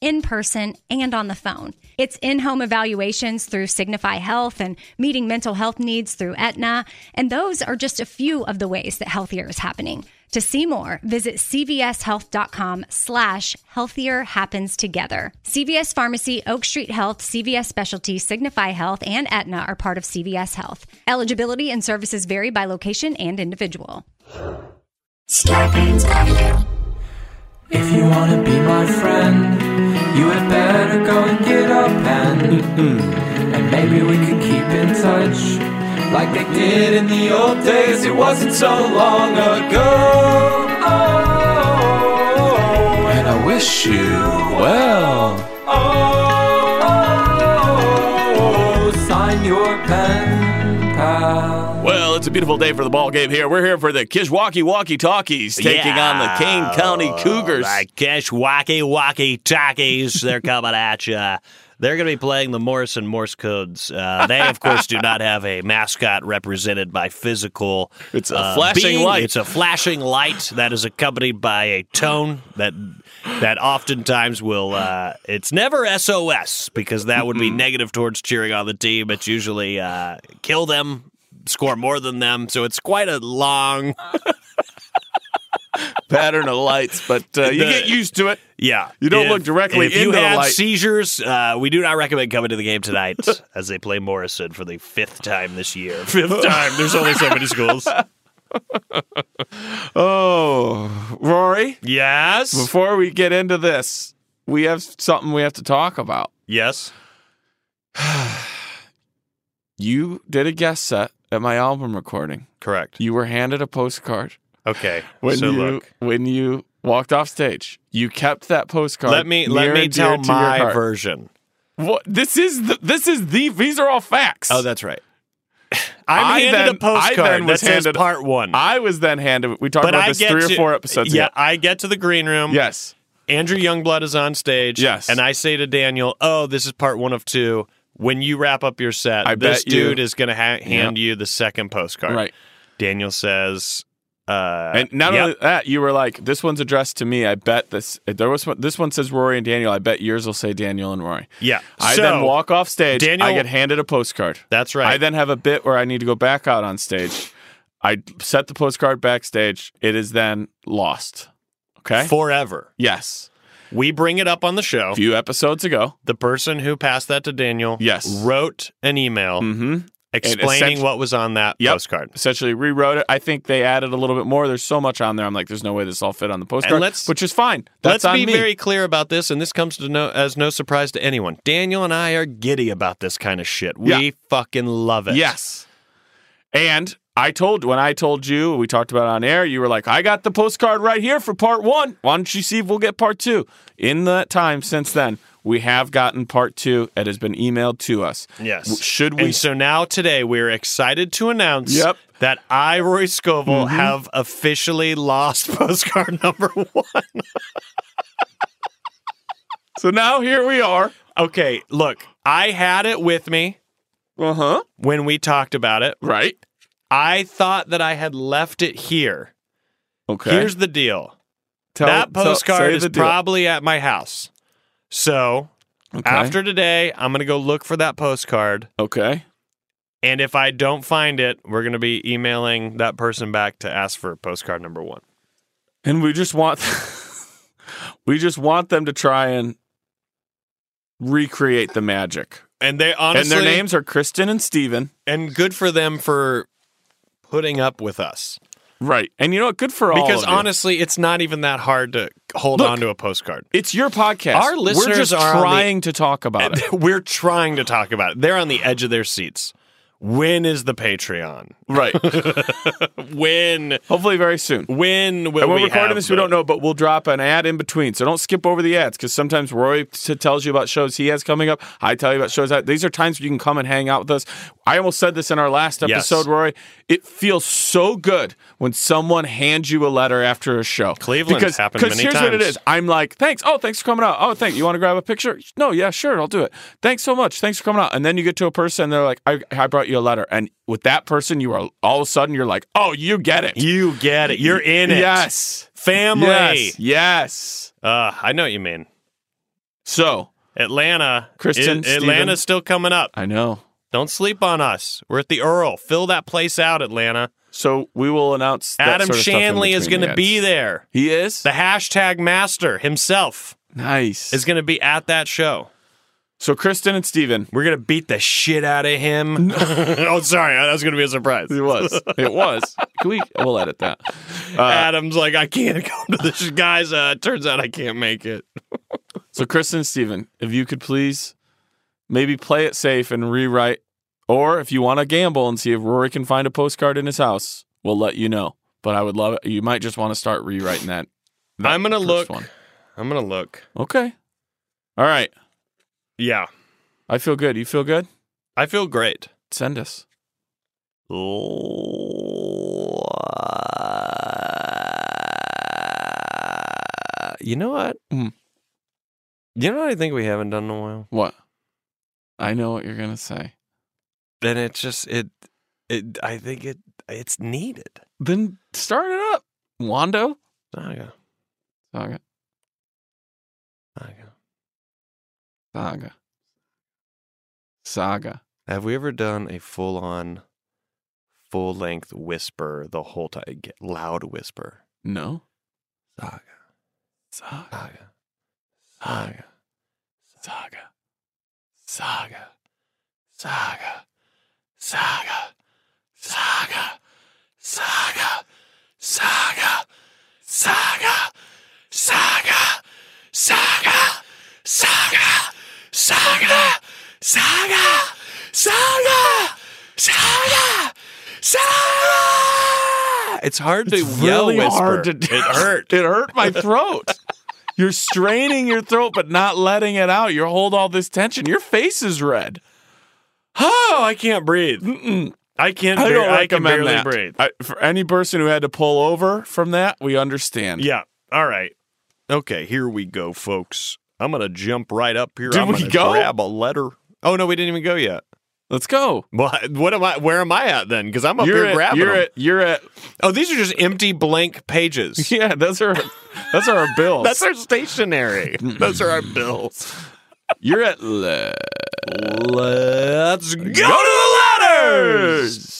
in person, and on the phone. It's in home evaluations through Signify Health and meeting mental health needs through Aetna. And those are just a few of the ways that Healthier is happening. To see more, visit cvshealth.com slash healthier happens together. CVS Pharmacy, Oak Street Health, CVS Specialty, Signify Health, and Aetna are part of CVS Health. Eligibility and services vary by location and individual. If you wanna be my friend, you had better go and get a pen. And maybe we could keep in touch, like they did in the old days. It wasn't so long ago. Oh, and I wish you well. Oh, sign your pen, pal. Well, it's a beautiful day for the ball game here. We're here for the Kishwaukee Walkie Talkies taking on the Kane County Cougars. Right, Kish, wacky, wacky talkies. They're coming at you. They're going to be playing the Morse and Morse codes. Uh, they, of course, do not have a mascot represented by physical. uh, It's a flashing light. It's a flashing light that is accompanied by a tone that that oftentimes will. Uh, it's never SOS because that would be negative towards cheering on the team. It's usually uh, kill them, score more than them. So it's quite a long. Pattern of lights, but uh, you The- get used to it. Yeah, You don't look directly if you into the have light. seizures, uh, we do not recommend coming to the game tonight as they play Morrison for the fifth time this year. Fifth time. There's only so many schools. Oh, Rory, Yes. before we get into this, we have something we have to talk about. Yes. You did a guest set at my album recording. Correct. You were handed a postcard Okay. when so you look, when you walked off stage. You kept that postcard. let me near let me and dear tell to your my heart. version. What this is the, this is the these are all facts. that's right. Oh, I'm Oh, I handed then- a I postcard then was that says handed- part one. I was then handed. We talked but about I this get three to- or four episodes Yeah, um, ago. I get to the green room. Yes. Andrew Youngblood is on stage. Yes. And I say to Daniel, oh, this is part one of two. When you wrap up your set, I this bet you- dude is going to ha- hand you the second postcard. Right. Daniel says, uh, And not yep. only that, you were like, "This one's addressed to me." I bet this. There was one, this one says Rory and Daniel. I bet yours will say Daniel and Rory. Yeah. I So- then walk off stage. Daniel- I get handed a postcard. That's right. I then have a bit where I need to go back out on stage. I set the postcard backstage. It is then lost. Okay. forever. yes. We bring it up on the show. A few episodes ago. The person who passed that to Daniel Yes. wrote an email Mm-hmm. explaining essentially- what was on that Yep. postcard. essentially rewrote it. I think they added a little bit more. There's so much on there. I'm like, there's no way this all fit on the postcard, let's- which is fine. That's Let's on be me. very clear about this, and this comes to no as no surprise to anyone. Daniel and I are giddy about this kind of shit. We Yeah. fucking love it. yes. And I told when I told you we talked about it on air, you were like, I got the postcard right here for part one. Why don't you see if we'll get part two? In that time since then, we have gotten part two. It has been emailed to us. W- Yes. Should we? And so now today we're excited to announce Yep. that I, Roy Scovel, have officially lost postcard number one. so now here we are. okay, look, I had it with me Uh Uh-huh. huh. when we talked about it. Right. I thought that I had left it here. Okay. Here's the deal. Tell- that tell- postcard say is the deal. probably at my house. So Okay. after today, I'm gonna go look for that postcard, Okay. and if I don't find it, we're gonna be emailing that person back to ask for postcard number one. And we just want we just want them to try and recreate the magic. And they honestly, and their names are Kristen and Steven. and good for them for putting up with us. Right. And you know what? Good for all. Because of you. honestly, it's not even that hard to hold Look, on to a postcard. it's your podcast. Our We're listeners just are on the- trying to talk about it. We're trying to talk about it. They're on the edge of their seats. When is the Patreon? right. When? Hopefully, very soon. When will And we're we recording have this, we the- don't know, but we'll drop an ad in between. So don't skip over the ads because sometimes Roy t- tells you about shows he has coming up. I tell you about shows. I, these are times you can come and hang out with us. I almost said this in our last Yes. episode, Roy. It feels so good when someone hands you a letter after a show. Cleveland's because, happened because many here's what it times. is. I'm like, thanks. Oh, thanks for coming out. Oh, thank you. Want to grab a picture? No, yeah, sure. I'll do it. Thanks so much. Thanks for coming out. And then you get to a person, they're like, I, I brought you a letter. And with that person, you are all of a sudden, you're like, oh, you get it. You get it. You're in it. Yes. Family. Yes. Yes. Uh, I know what you mean. So Atlanta. Kristen, It- Steven. Atlanta's still coming up. I know. Don't sleep on us. We're at the Earl. Fill that place out, Atlanta. So we will announce. that Adam sort of stuff in Shanley is between going the to ads. be there. He is The hashtag master himself nice. is going to be at that show. so Kristen and Steven. We're going to beat the shit out of him. oh, sorry. That was going to be a surprise. It was. It was. Can we? We'll edit that. Uh, Adam's like, I can't come to this. Guys, uh, turns out I can't make it. So Kristen and Steven, if you could please, maybe play it safe and rewrite, or if you want to gamble and see if Rory can find a postcard in his house, we'll let you know. But I would love it. You might just want to start rewriting that. that I'm going to first look. one. I'm going to look. Okay. All right. Yeah. I feel good. You feel good? I feel great. Send us. Uh, You know what? Mm. You know what I think we haven't done in a while? What? I know what you're gonna say. Then it just it it I think it it's needed. Then start it up. Wando? Saga. Saga. Saga. Saga. Saga. Have we ever done a full on full length whisper the whole time loud whisper? No. Saga. Saga. Saga. Saga. Saga. Saga. Saga. Saga. Saga. Saga. Saga. Saga. Saga. Saga. Saga. Saga. Saga. Saga. Saga. Saga. It's hard to yell whisper. it hurt. It hurt my throat. You're straining your throat but not letting it out. You hold all this tension. Your face is red. Oh, I can't breathe. I can't. I bar- don't I recommend can barely that. breathe. I, for any person who had to pull over from that, we understand. yeah. All right. Okay. Here we go, folks. I'm gonna jump right up here. Did I'm we gonna go? Grab a letter. Oh no, we didn't even go yet. Let's go. Well, I- what am I? Where am I at then? Because I'm up You're here at, grabbing you're them. at you're at oh, these are just empty blank pages. yeah, that's our that's our bills. That's our stationery. Those are our bills. you're at le- Let's go, Go to the letters.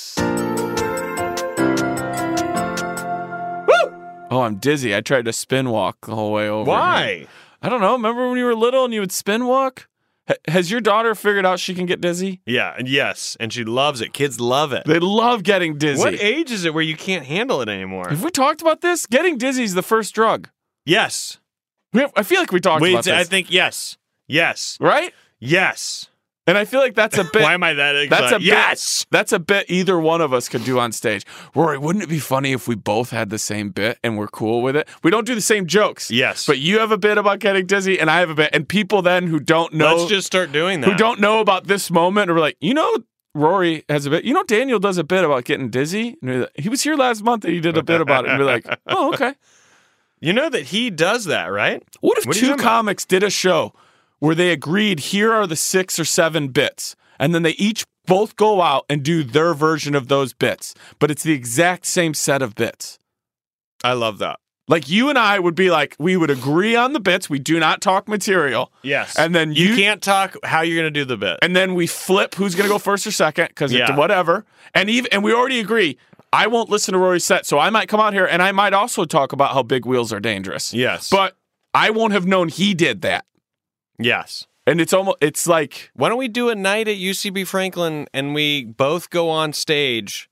Woo! Oh, I'm dizzy. I tried to spin walk the whole way over. here. Why? I don't know. Remember when you were little and you would spin walk? H- has your daughter figured out she can get dizzy? Yeah. And yes. And she loves it. Kids love it. They love getting dizzy. What age is it where you can't handle it anymore? Have we talked about this? Getting dizzy is the first drug. Yes. We have, I feel like we talked Wait, about this, I think yes. Yes. right? Yes. And I feel like that's a bit. Why am I that excited? that's a bit- yes. that's a bit either one of us could do on stage. Rory, wouldn't it be funny if we both had the same bit and we're cool with it? We don't do the same jokes. Yes. But you have a bit about getting dizzy, and I have a bit, and people then who don't know Let's just start doing that. who don't know about this moment are like, you know, Rory has a bit. You know, Daniel does a bit about getting dizzy. And we're like, he was here last month and he did a bit about it. And we're like, oh, okay. You know that he does that, right? What if What are you two talking about? comics did a show where they agreed here are the six or seven bits, and then they each both go out and do their version of those bits, but it's the exact same set of bits. I love that. Like you and I would be like, we would agree on the bits. We do not talk material. Yes. And then you, you- can't talk how you're going to do the bit. and then we flip who's going to go first or second because Yeah. whatever. And even and we already agree. I won't listen to Rory's set, so I might come out here and I might also talk about how big wheels are dangerous. Yes. but I won't have known he did that. yes. And it's almost it's like Why don't we do a night at UCB Franklin and we both go on stage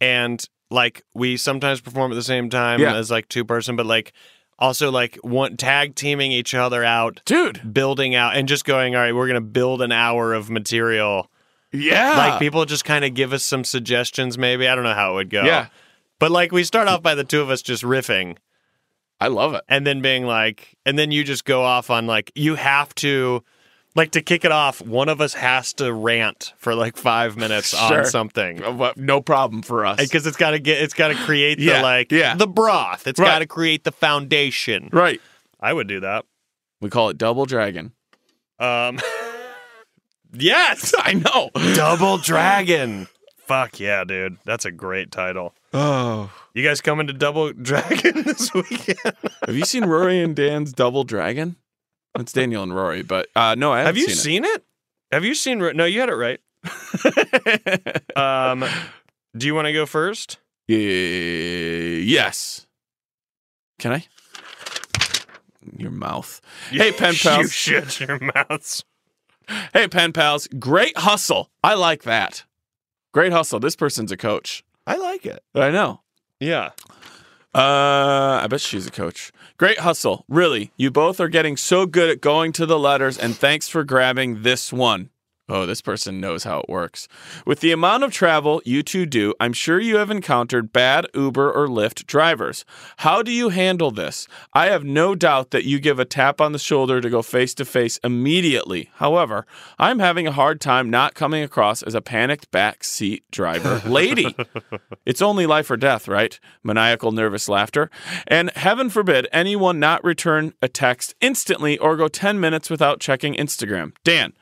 and like we sometimes perform at the same time Yeah. as like two person, but like also like one tag teaming each other out, dude, building out and just going, all right, we're going to build an hour of material. yeah, Like people just kind of give us some suggestions, maybe. I don't know how it would go. Yeah. But like we start off by the two of us just riffing. I love it. and then being like and then you just go off on like you have to like to kick it off one of us has to rant for like five minutes Sure. on something Uh, but No problem for us. because it's got to get it's got to create the Yeah, like yeah. the broth It's Right. got to create the foundation Right. i would do that We call it double dragon. um yes I know. double dragon fuck yeah dude that's a great title Oh. you guys coming to double dragon this weekend Have you seen Rory and Dan's Double Dragon? It's Daniel and Rory, but uh, no, I haven't Have you seen, seen, it. Have you seen? No, you had it right. um, do you want to go first? it. Uh, yes. Can I? Your mouth. Hey, pen You pals. shut your mouths. Hey, pen pals. Great hustle. I like that. Great hustle. This person's a coach. I like it. I know. Yeah. Uh, I bet she's a coach. Great hustle. Really, you both are getting so good at going to the letters, and thanks for grabbing this one. Oh, this person knows how it works. With the amount of travel you two do, I'm sure you have encountered bad Uber or Lyft drivers. How do you handle this? I have no doubt that you give a tap on the shoulder to go face to face immediately. However, I'm having a hard time not coming across as a panicked backseat driver lady. It's only life or death, right? Maniacal nervous laughter. And heaven forbid anyone not return a text instantly or go 10 minutes without checking Instagram. Dan,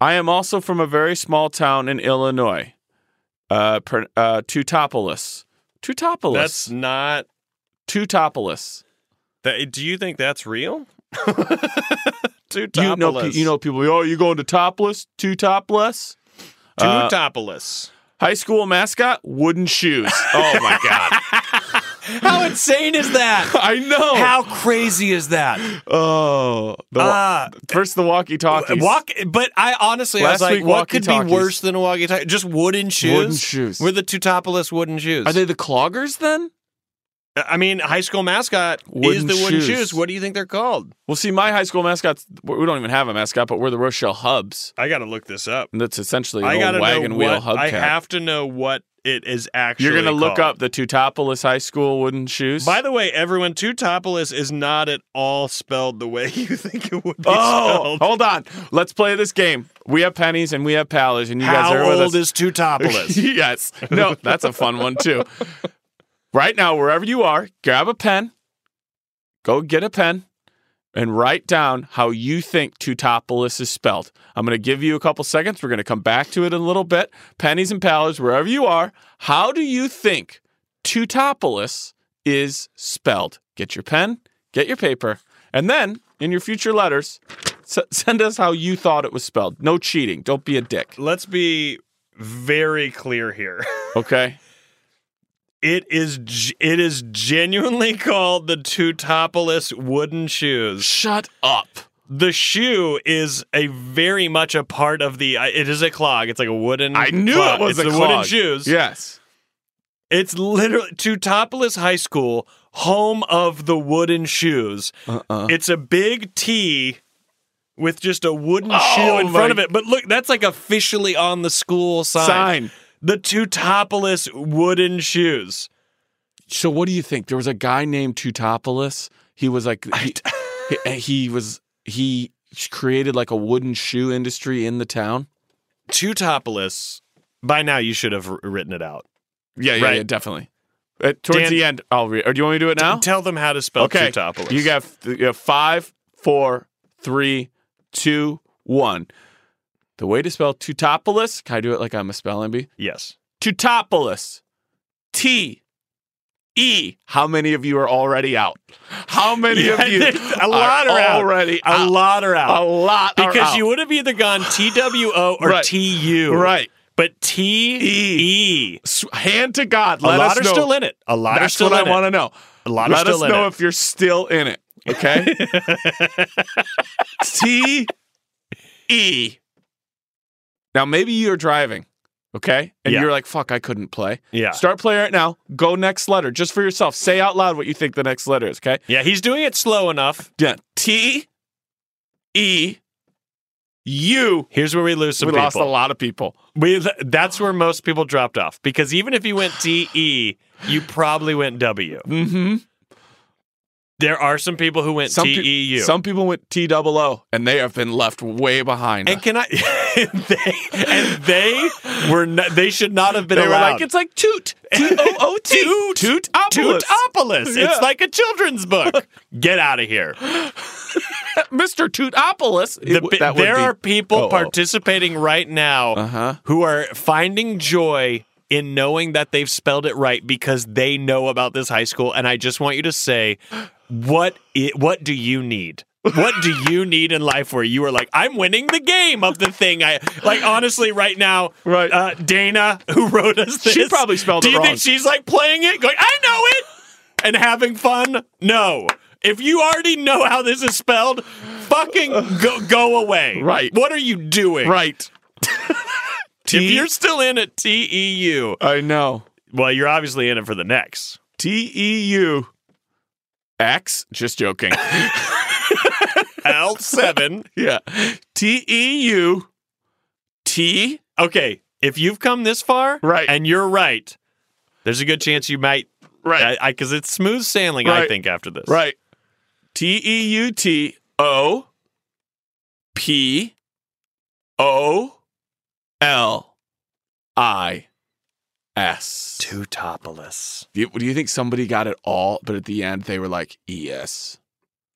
I am also from a very small town in Illinois. Uh, pr- uh Teutopolis. Teutopolis. That's not. Teutopolis. That, do you think that's real? Teutopolis. You know, pe- you know people, oh, you going to topless? Teutopolis? uh, Teutopolis. High school mascot? Wooden shoes. Oh my god. How insane is that? I know. crazy is that? oh. The wa- Ah, First the walkie-talkies. Walk, but I honestly, Last I was week, like, what could be walkie-talkies. worse than a walkie-talkie? Just wooden shoes. Wooden shoes. We're the Teutopolis wooden shoes. Are they the cloggers then? I mean, high school mascot Wooden is the wooden shoes. shoes. What do you think they're called? Well, see, my high school mascots, we don't even have a mascot, but we're the Rochelle Hubs. I gotta look this up. And that's essentially I an gotta old wagon know wheel what. hubcap. I have to know what it is actually. You're going to look called. up the Teutopolis High School wooden shoes. By the way, everyone, Teutopolis is not at all spelled the way you think it would be Oh, spelled. hold on. Let's play this game. We have pennies and we have pallets, and you guys are with us. is Teutopolis? yes. No, that's a fun one too. Right now, wherever you are, grab a pen, go get a pen, and write down how you think Teutopolis is spelled. I'm going to give you a couple seconds. We're going to come back to it in a little bit. Pennies and pallets, wherever you are, how do you think Teutopolis is spelled? Get your pen, get your paper, and then in your future letters, s- send us how you thought it was spelled. No cheating. Don't be a dick. Let's be very clear here. Okay. It is g- it is genuinely called the Teutopolis wooden shoes. Shut up. the shoe is a very much a part of the. uh, It is a clog. It's like a wooden. I knew clog. it was it's a the clog. wooden shoes. Yes. it's literally Teutopolis High School, home of the wooden shoes. Uh-uh. It's a big T with just a wooden shoe in Oh my- front of it. But look, that's like officially on the school sign. Sign. The Teutopolis wooden shoes. So what do you think? There was a guy named Tutopolis. He was like he, he, he was he created like a wooden shoe industry in the town. Teutopolis. By now, you should have r- written it out. Yeah, yeah, right. yeah, definitely. Uh, towards Dan- the end, I'll read. Or do you want me to do it now? Tell them how to spell okay. Teutopolis. You got you have five, four, three, two, one. The way to spell Tutopolis. Can I do it like I'm a spelling bee? yes. Tutopolis. T E, how many of you are already out? How many Yeah, of you a lot are, out. already Ah. A out? lot are out. A lot are because out. you would have either gone TWO or Right. TU. Right. But E. TE. S- Hand to God, A let lot us are know. still in it. A lot That's are still what in I it. want to know. A lot are Let still us in know it. if you're still in it. Okay. T E. Now maybe you're driving, okay, and Yeah. you're like, "Fuck, I couldn't play." Yeah. Start playing right now. Go next letter, just for yourself. Say out loud what you think the next letter is. Okay. Yeah, he's doing it slow enough. Yeah. T E U. Here's where we lose We some people. lost a lot of people. We that's where most people dropped off because even if you went TE, you probably went W. Mm-hmm. There are some people who went E Some pe- TEU. Some people went T double O, and they have been left way behind. and can I? and they, and they were not, they should not have been they were allowed. like, it's like toot. T O O T. Toot. Tootopolis. Tootopolis. Yeah. It's like a children's book. Get out of here. Mr. Tootopolis. The bi- there are people participating right now Uh-huh. who are finding joy in knowing that they've spelled it right because they know about this high school. And I just want you to say, what i- what do you need? What do you need in life where you are like, I'm winning the game of the thing? I like honestly right now, Right. Uh, Dana, who wrote us this, She probably spelled do it you wrong. think she's like playing it, going, I know it, and having fun? No. If you already know how this is spelled, fucking go go away. Right. What are you doing? Right. E If you're still in at TEU, I know. well, you're obviously in it for the next. T E U X. Just joking. L7. yeah. T E U T. Okay. If you've come this far Right. and you're right, there's a good chance you might. Right. I Because it's smooth sailing, I Right. think, after this. Right. T E U T O P O L I S. Teutopolis. Do you, do you think somebody got it all, but at the end they were like, "Yes."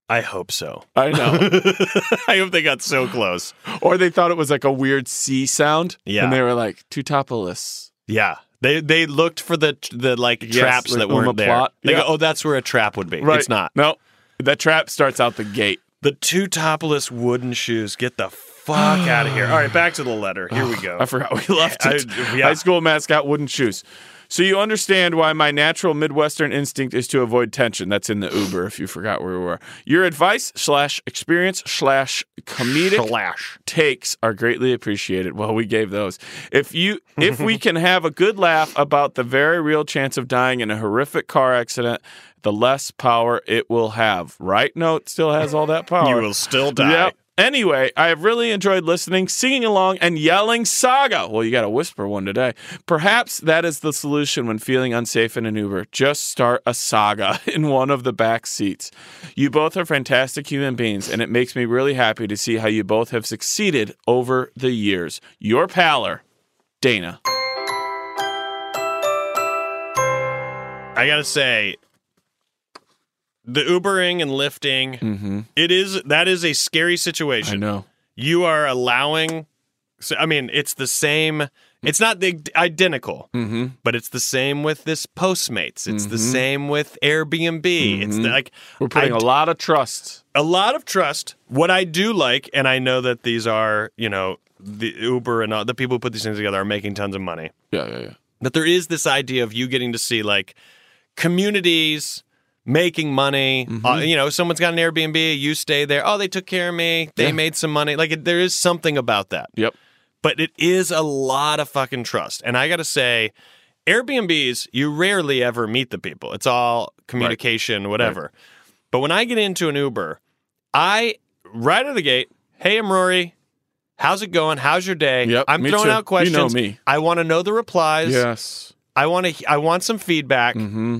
I hope so. I know. I hope they got so close. or they thought it was like a weird C sound. Yeah. And they were like, Tutopolis. Yeah. They they looked for the the like Yes, traps like that Uma weren't there. Plot. They Yeah. go, oh, that's where a trap would be. It's not. No. That trap starts out the gate. The two topless wooden shoes. Get the fuck out of here. All right, back to the letter. Here we go. I forgot we left Oh. I- it. yeah. High school mascot wooden shoes. So you understand why my natural Midwestern instinct is to avoid tension. That's in the Uber if you forgot where we were. Your advice slash experience slash comedic Slash. takes are greatly appreciated. Well, we gave those. If you if we can have a good laugh about the very real chance of dying in a horrific car accident, the less power it will have. Right? No, it still has all that power. You will still die. Yep. Anyway, I have really enjoyed listening, singing along, and yelling saga. Well, you got to whisper one today. Perhaps that is the solution when feeling unsafe in an Uber. Just start a saga in one of the back seats. You both are fantastic human beings, and it makes me really happy to see how you both have succeeded over the years. Your paler, Dana. I gotta say, the Ubering and lifting, Mm-hmm. it is that is a scary I situation. know. You are allowing. So, I mean, it's the same. It's not the identical, Mm-hmm. but it's the same with this Postmates. It's the Mhm. same with Airbnb. It's the, Mhm. like We're putting I a lot of trust. a lot of trust. What I do like, and I know that these are, you know, the Uber and all, the people who put these things together are making tons of money. Yeah, yeah, yeah. That there is this idea of you getting to see like communities making money. Mm-hmm. Uh, you know, someone's got an Airbnb, you stay there. Oh, they took care of me. They Yeah. made some money. Like it, there is something about that. Yep. But it is a lot of fucking trust. And I got to say, Airbnbs, you rarely ever meet the people. It's all communication, whatever. But when I get into an Uber, I right out of the gate, hey, I'm Rory. How's it going? How's your day? Yep, I'm me throwing too. You know out questions. me. I want to know the replies. Yes. I want to. I want some feedback. Mm-hmm.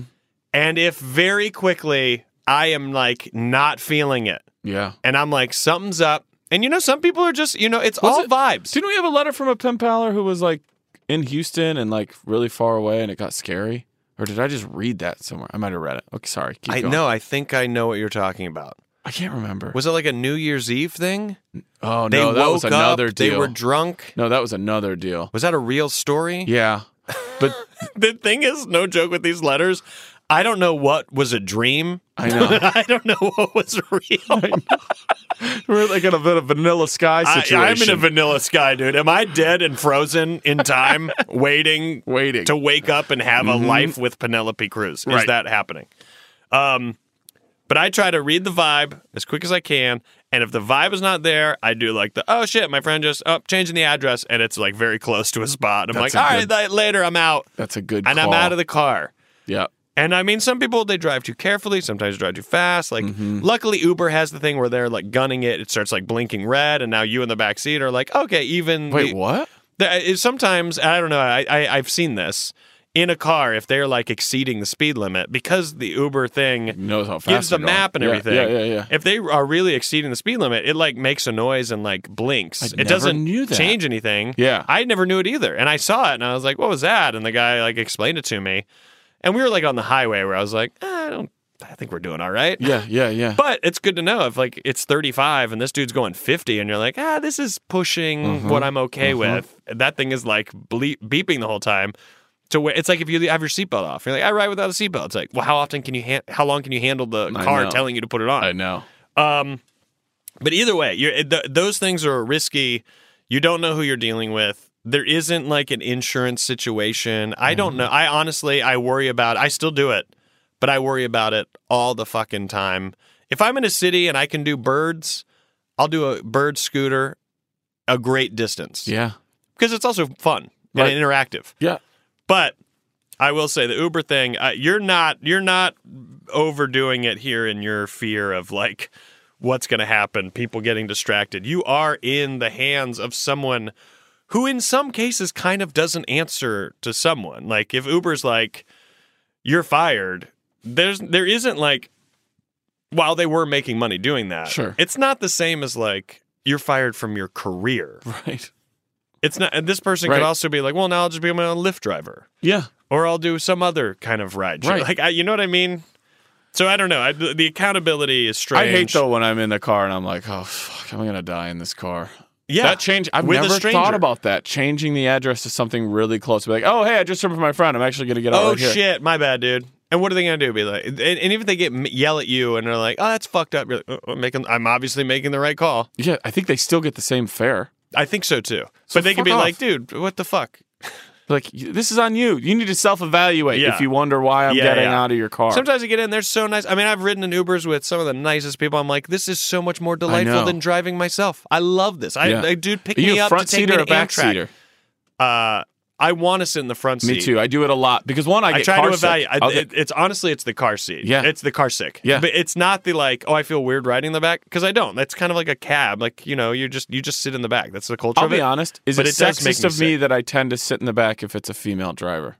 And if very quickly I am like not feeling it, Yeah. and I'm like something's up, and you know some people are just you know it's all it- vibes. Didn't we have a letter from a pen paler who was like in Houston and like really far away and it got scary? Or did I just read that somewhere? I might have read it. Okay, sorry. Keep I going. know. I think I know what you're talking about. I can't remember. Was it like a New Year's Eve thing? oh, no, they that woke was another up. deal. They were drunk. no, that was another deal. Was that a real story? Yeah. But The thing is, no joke with these letters. I don't know what was a dream. I know. I don't know what was real. We're like in a bit of vanilla sky I, situation. I'm in a vanilla sky, dude. Am I dead and frozen in time, waiting, Waiting. Mm-hmm. to wake up and have a life with Penelope Cruz? Is Right. that happening? Um, but I try to read the vibe as quick as I can, and if the vibe is not there, I do like the oh shit, my friend just oh changing the address, and it's like very close to a spot. I'm That's like, a all right, good- li- later, I'm out, That's a good. and I'm call. out of the car. Yeah. And I mean, some people they drive too carefully. Sometimes drive too fast. Like, luckily Uber has the thing where they're like gunning it. It starts like blinking red, and now you in the back seat are like, okay, even. Wait, the- what? the- it- sometimes I don't know. I, I I've seen this in a car if they're like exceeding the speed limit because the Uber thing Knows how fast gives the they're going. map and Yeah, everything. Yeah, yeah, yeah. If they are really exceeding the speed limit, it like makes a noise and like blinks. I it never doesn't knew that. change anything. Yeah. I never knew it either. And I saw it and I was like, "What was that?" And the guy like explained it to me. And we were like on the highway where I was like, "Ah, "I don't I think we're doing all right." Yeah, yeah, yeah. But it's good to know if like it's 35 and this dude's going 50 and you're like, ah, this is pushing Mm-hmm. what I'm okay with. And that thing is like bleep, beeping the whole time. So wh- it's like if you have your seatbelt off, you're like, I ride without a seatbelt. It's like, well, how often can you, ha- how long can you handle the I car know. telling you to put it on? I know. But either way, you're, th- those things are risky. You don't know who you're dealing with. There isn't like an insurance situation. I Mm-hmm. don't know. I honestly, I worry about. I still do it, but I worry about it all the fucking time. If I'm in a city and I can do birds, I'll do a bird scooter a great distance Yeah. because it's also fun Right. and interactive. Yeah. But I will say the Uber thing, uh, you're not you're not overdoing it here in your fear of like what's going to happen, people getting distracted. You are in the hands of someone who in some cases kind of doesn't answer to someone. Like if Uber's like you're fired, there's there isn't like while they were making money doing that. Sure. It's not the same as like you're fired from your career. Right. It's not. And this person Right. could also be like, well, now I'll just be my own Lyft driver, Yeah. or I'll do some other kind of ride. share." Right. Like, I, you know what I mean? So I don't know. I, the the accountability is strange. I hate though when I'm in the car and I'm like, oh fuck, I'm gonna die in this car. Yeah, That change. I've with a never stranger. thought about that. Changing the address to something really close. Be like, oh hey, I just heard from my friend. I'm actually gonna get out Oh right here. shit, my bad, dude. And what are they gonna do? Be like, and, and even if they get m- yell at you and they're like, oh, that's fucked up. You're like, "Oh, I'm making. I'm obviously making the right call. Yeah, I think they still get the same fare. I think so too. So but they could fuck be like, off. dude, what the fuck? Like y- this is on you. You need to self-evaluate Yeah. if you wonder why I'm Yeah, getting yeah. out of your car. Sometimes you get in, they're so nice. I mean, I've ridden in Ubers with some of the nicest people. I'm like, this is so much more delightful know. than driving myself. I love this. I, Yeah. I dude, pick Are you me a up front to take seater me or to a back Amtrak. seater? Uh, I want to sit in the front seat. Me too. I do it a lot because one, I get I try car to sick. evaluate. I, I'll get- it, it's honestly, it's the car seat. Yeah. it's the car sick. Yeah. but it's not the like. Oh, I feel weird riding in the back because I don't. That's kind of like a cab. Like you know, you just you just sit in the back. That's the culture. I'll of be it. honest. Is but it, it does make sexist me of me sick. that I tend to sit in the back if it's a female driver?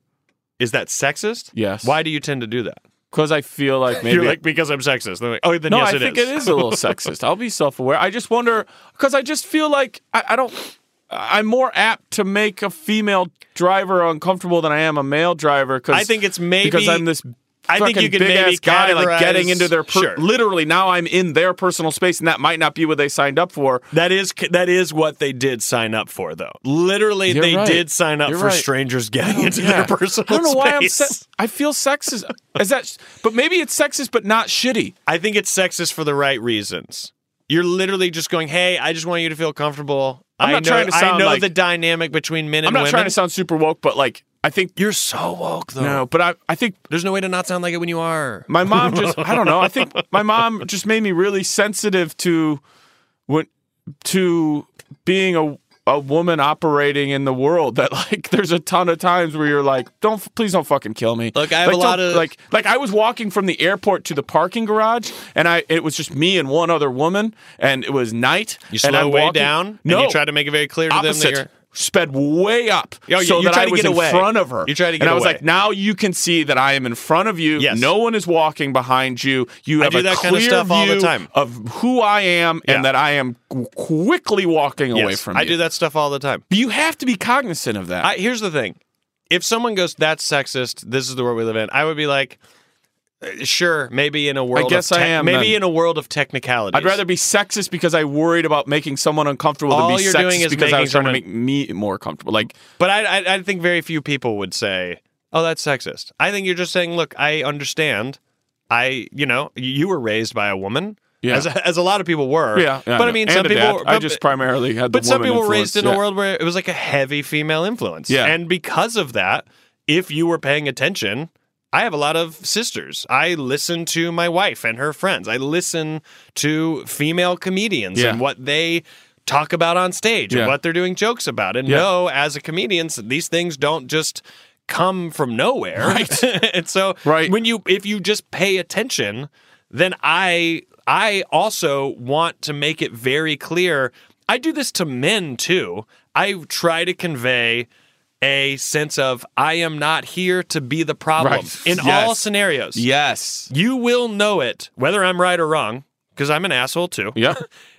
Is that sexist? Yes. Why do you tend to do that? Because I feel like maybe You're like because I'm sexist. They're like, oh, then no, yes, I it think is. it is a little sexist. I'll be self-aware. I just wonder because I just feel like I, I don't. I'm more apt to make a female driver uncomfortable than I am a male driver. Because I think it's maybe- because I'm this. I think fucking you can big maybe ass guy like getting categorize- into their per- Sure. literally now I'm in their personal space and that might not be what they signed up for. That is that is what they did sign up for, though. Literally, You're they right. did sign up You're for right. strangers getting into Yeah. their personal I don't know why I'm. space. Se- I feel sexist. Is that? But maybe it's sexist, but not shitty. I think it's sexist for the right reasons. You're literally just going, "Hey, I just want you to feel comfortable." I'm I not know, trying to I sound know like- the dynamic between men and I'm not women. trying to sound super woke, but like I think You're so woke, though. no, but I I think There's no way to not sound like it when you are. my mom just I don't know. I think my mom just made me really sensitive to what to being a a woman operating in the world that like there's a ton of times where you're like don't please don't fucking kill me Look, I have Like, a lot don't- of- like like I was walking from the airport to the parking garage and I it was just me and one other woman and it was night You and slow I'm way walking- down, no and you try to make it very clear to them opposite. that you're. Sped way up, Oh, yeah, so you that try I to was get in away. front of her. You try to get and I was away. like, now you can see that I am in front of you. Yes. No one is walking behind you. You I have do a that clear kind of stuff view all the time. of who I am Yeah. and that I am qu- quickly walking away Yes, from. I you. do that stuff all the time. You have to be cognizant of that. I, here's the thing: if someone goes, "That's sexist. This is the world we live in," I would be like, eh, "Sure, maybe in a world. guess of I am, Maybe then. in a world of technicalities. I'd rather be sexist because I worried about making someone uncomfortable All than be you're sexist doing is because I making was trying to make someone- me more comfortable. Like But I, I, I think very few people would say oh, that's sexist. I think you're just saying, look, I understand. I, you know, you were raised by a woman, Yeah. as, as a lot of people were. Yeah, yeah, but I know. mean, And some a people. dad. I but- just primarily had, the but some woman people were raised in influence, a yeah. world where it was like a heavy female influence. Yeah. And because of that, if you were paying attention, I have a lot of sisters. I listen to my wife and her friends. I listen to female comedians Yeah. and what they talk about on stage Yeah. and what they're doing jokes about. And Yeah. know as a comedian, so these things don't just come from nowhere. Right. and so Right. when you if you just pay attention, then I I also want to make it very clear. I do this to men too. I try to convey a sense of I am not here to be the problem Right. in Yes. all scenarios. Yes. You will know it whether I'm right or wrong because I'm an asshole too. Yep.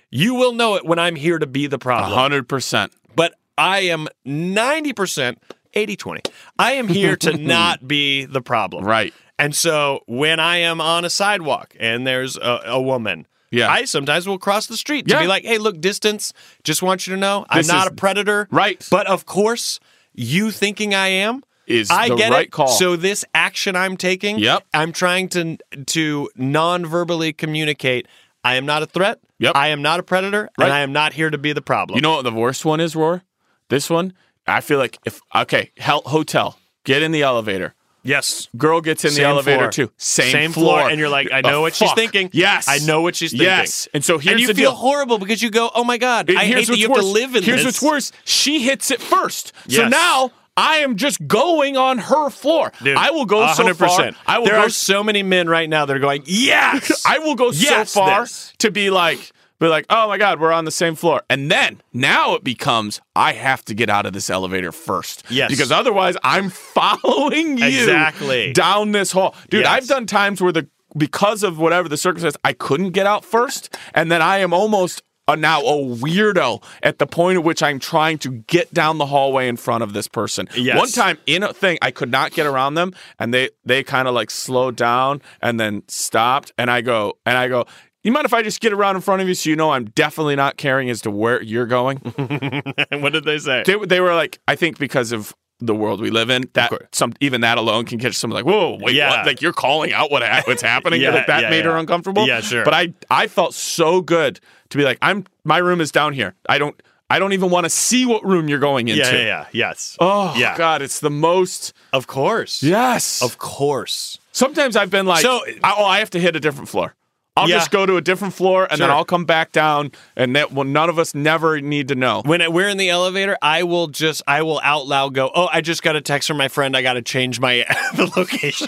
You will know it when I'm here to be the problem hundred percent. but I am 90%, 80 20. I am here to not be the problem. Right. And so when I am on a sidewalk and there's a, a woman, Yeah. I sometimes will cross the street to Yeah. be like, hey, look, distance, just want you to know I'm This not is- a predator. Right. But of course, you thinking I am. Is I the get right it. call. So this action I'm taking, Yep. I'm trying to to non-verbally communicate. I am not a threat. Yep. I am not a predator, Right. and I am not here to be the problem. You know what the worst one is, Roar? This one. I feel like if okay, hell, hotel. Get in the elevator. Yes. Girl gets in Same the elevator floor. too. Same, Same floor. floor, and you're like, I The know what she's fuck? thinking. Yes, I know what she's thinking. Yes, and so here's and you the feel deal. horrible because you go, oh my god, And I hate that what's you have worse. to live in Here's this. what's worse. She hits it first. So Yes. now I am just going on her floor. Dude, I will go so 100%. far. I will there go are so many men right now that are going, yes, I will go Yes, so far this. to be like, be like, oh my god, we're on the same floor. And then now it becomes, I have to get out of this elevator first, Yes. because otherwise I'm following you Exactly. down this hall, dude. Yes. I've done times where the because of whatever the circumstance, I couldn't get out first, and then I am almost. A, now a weirdo at the point at which I'm trying to get down the hallway in front of this person. Yes. One time in a thing I could not get around them and they they kind of like slowed down and then stopped and I go and I go you mind if I just get around in front of you so you know I'm definitely not caring as to where you're going? what did they say? they, they were like, I think because of the world we live in, that some even that alone can catch someone like, whoa, wait, Yeah. what? Like you're calling out what what's happening? Yeah, like that yeah, made her yeah. uncomfortable. Yeah, sure. But I I felt so good to be like, I'm my room is down here. I don't I don't even want to see what room you're going into. yeah, yeah, yeah, yes. Oh yeah, God, it's the most of course, Yes. of course. Sometimes I've been like, So- I, oh, I have to hit a different floor. I'll Yeah. just go to a different floor and then Sure. I'll come back down, and that well, none of us never need to know. When I, we're in the elevator, I will just, I will out loud go, oh, I just got a text from my friend. I got to change my the location.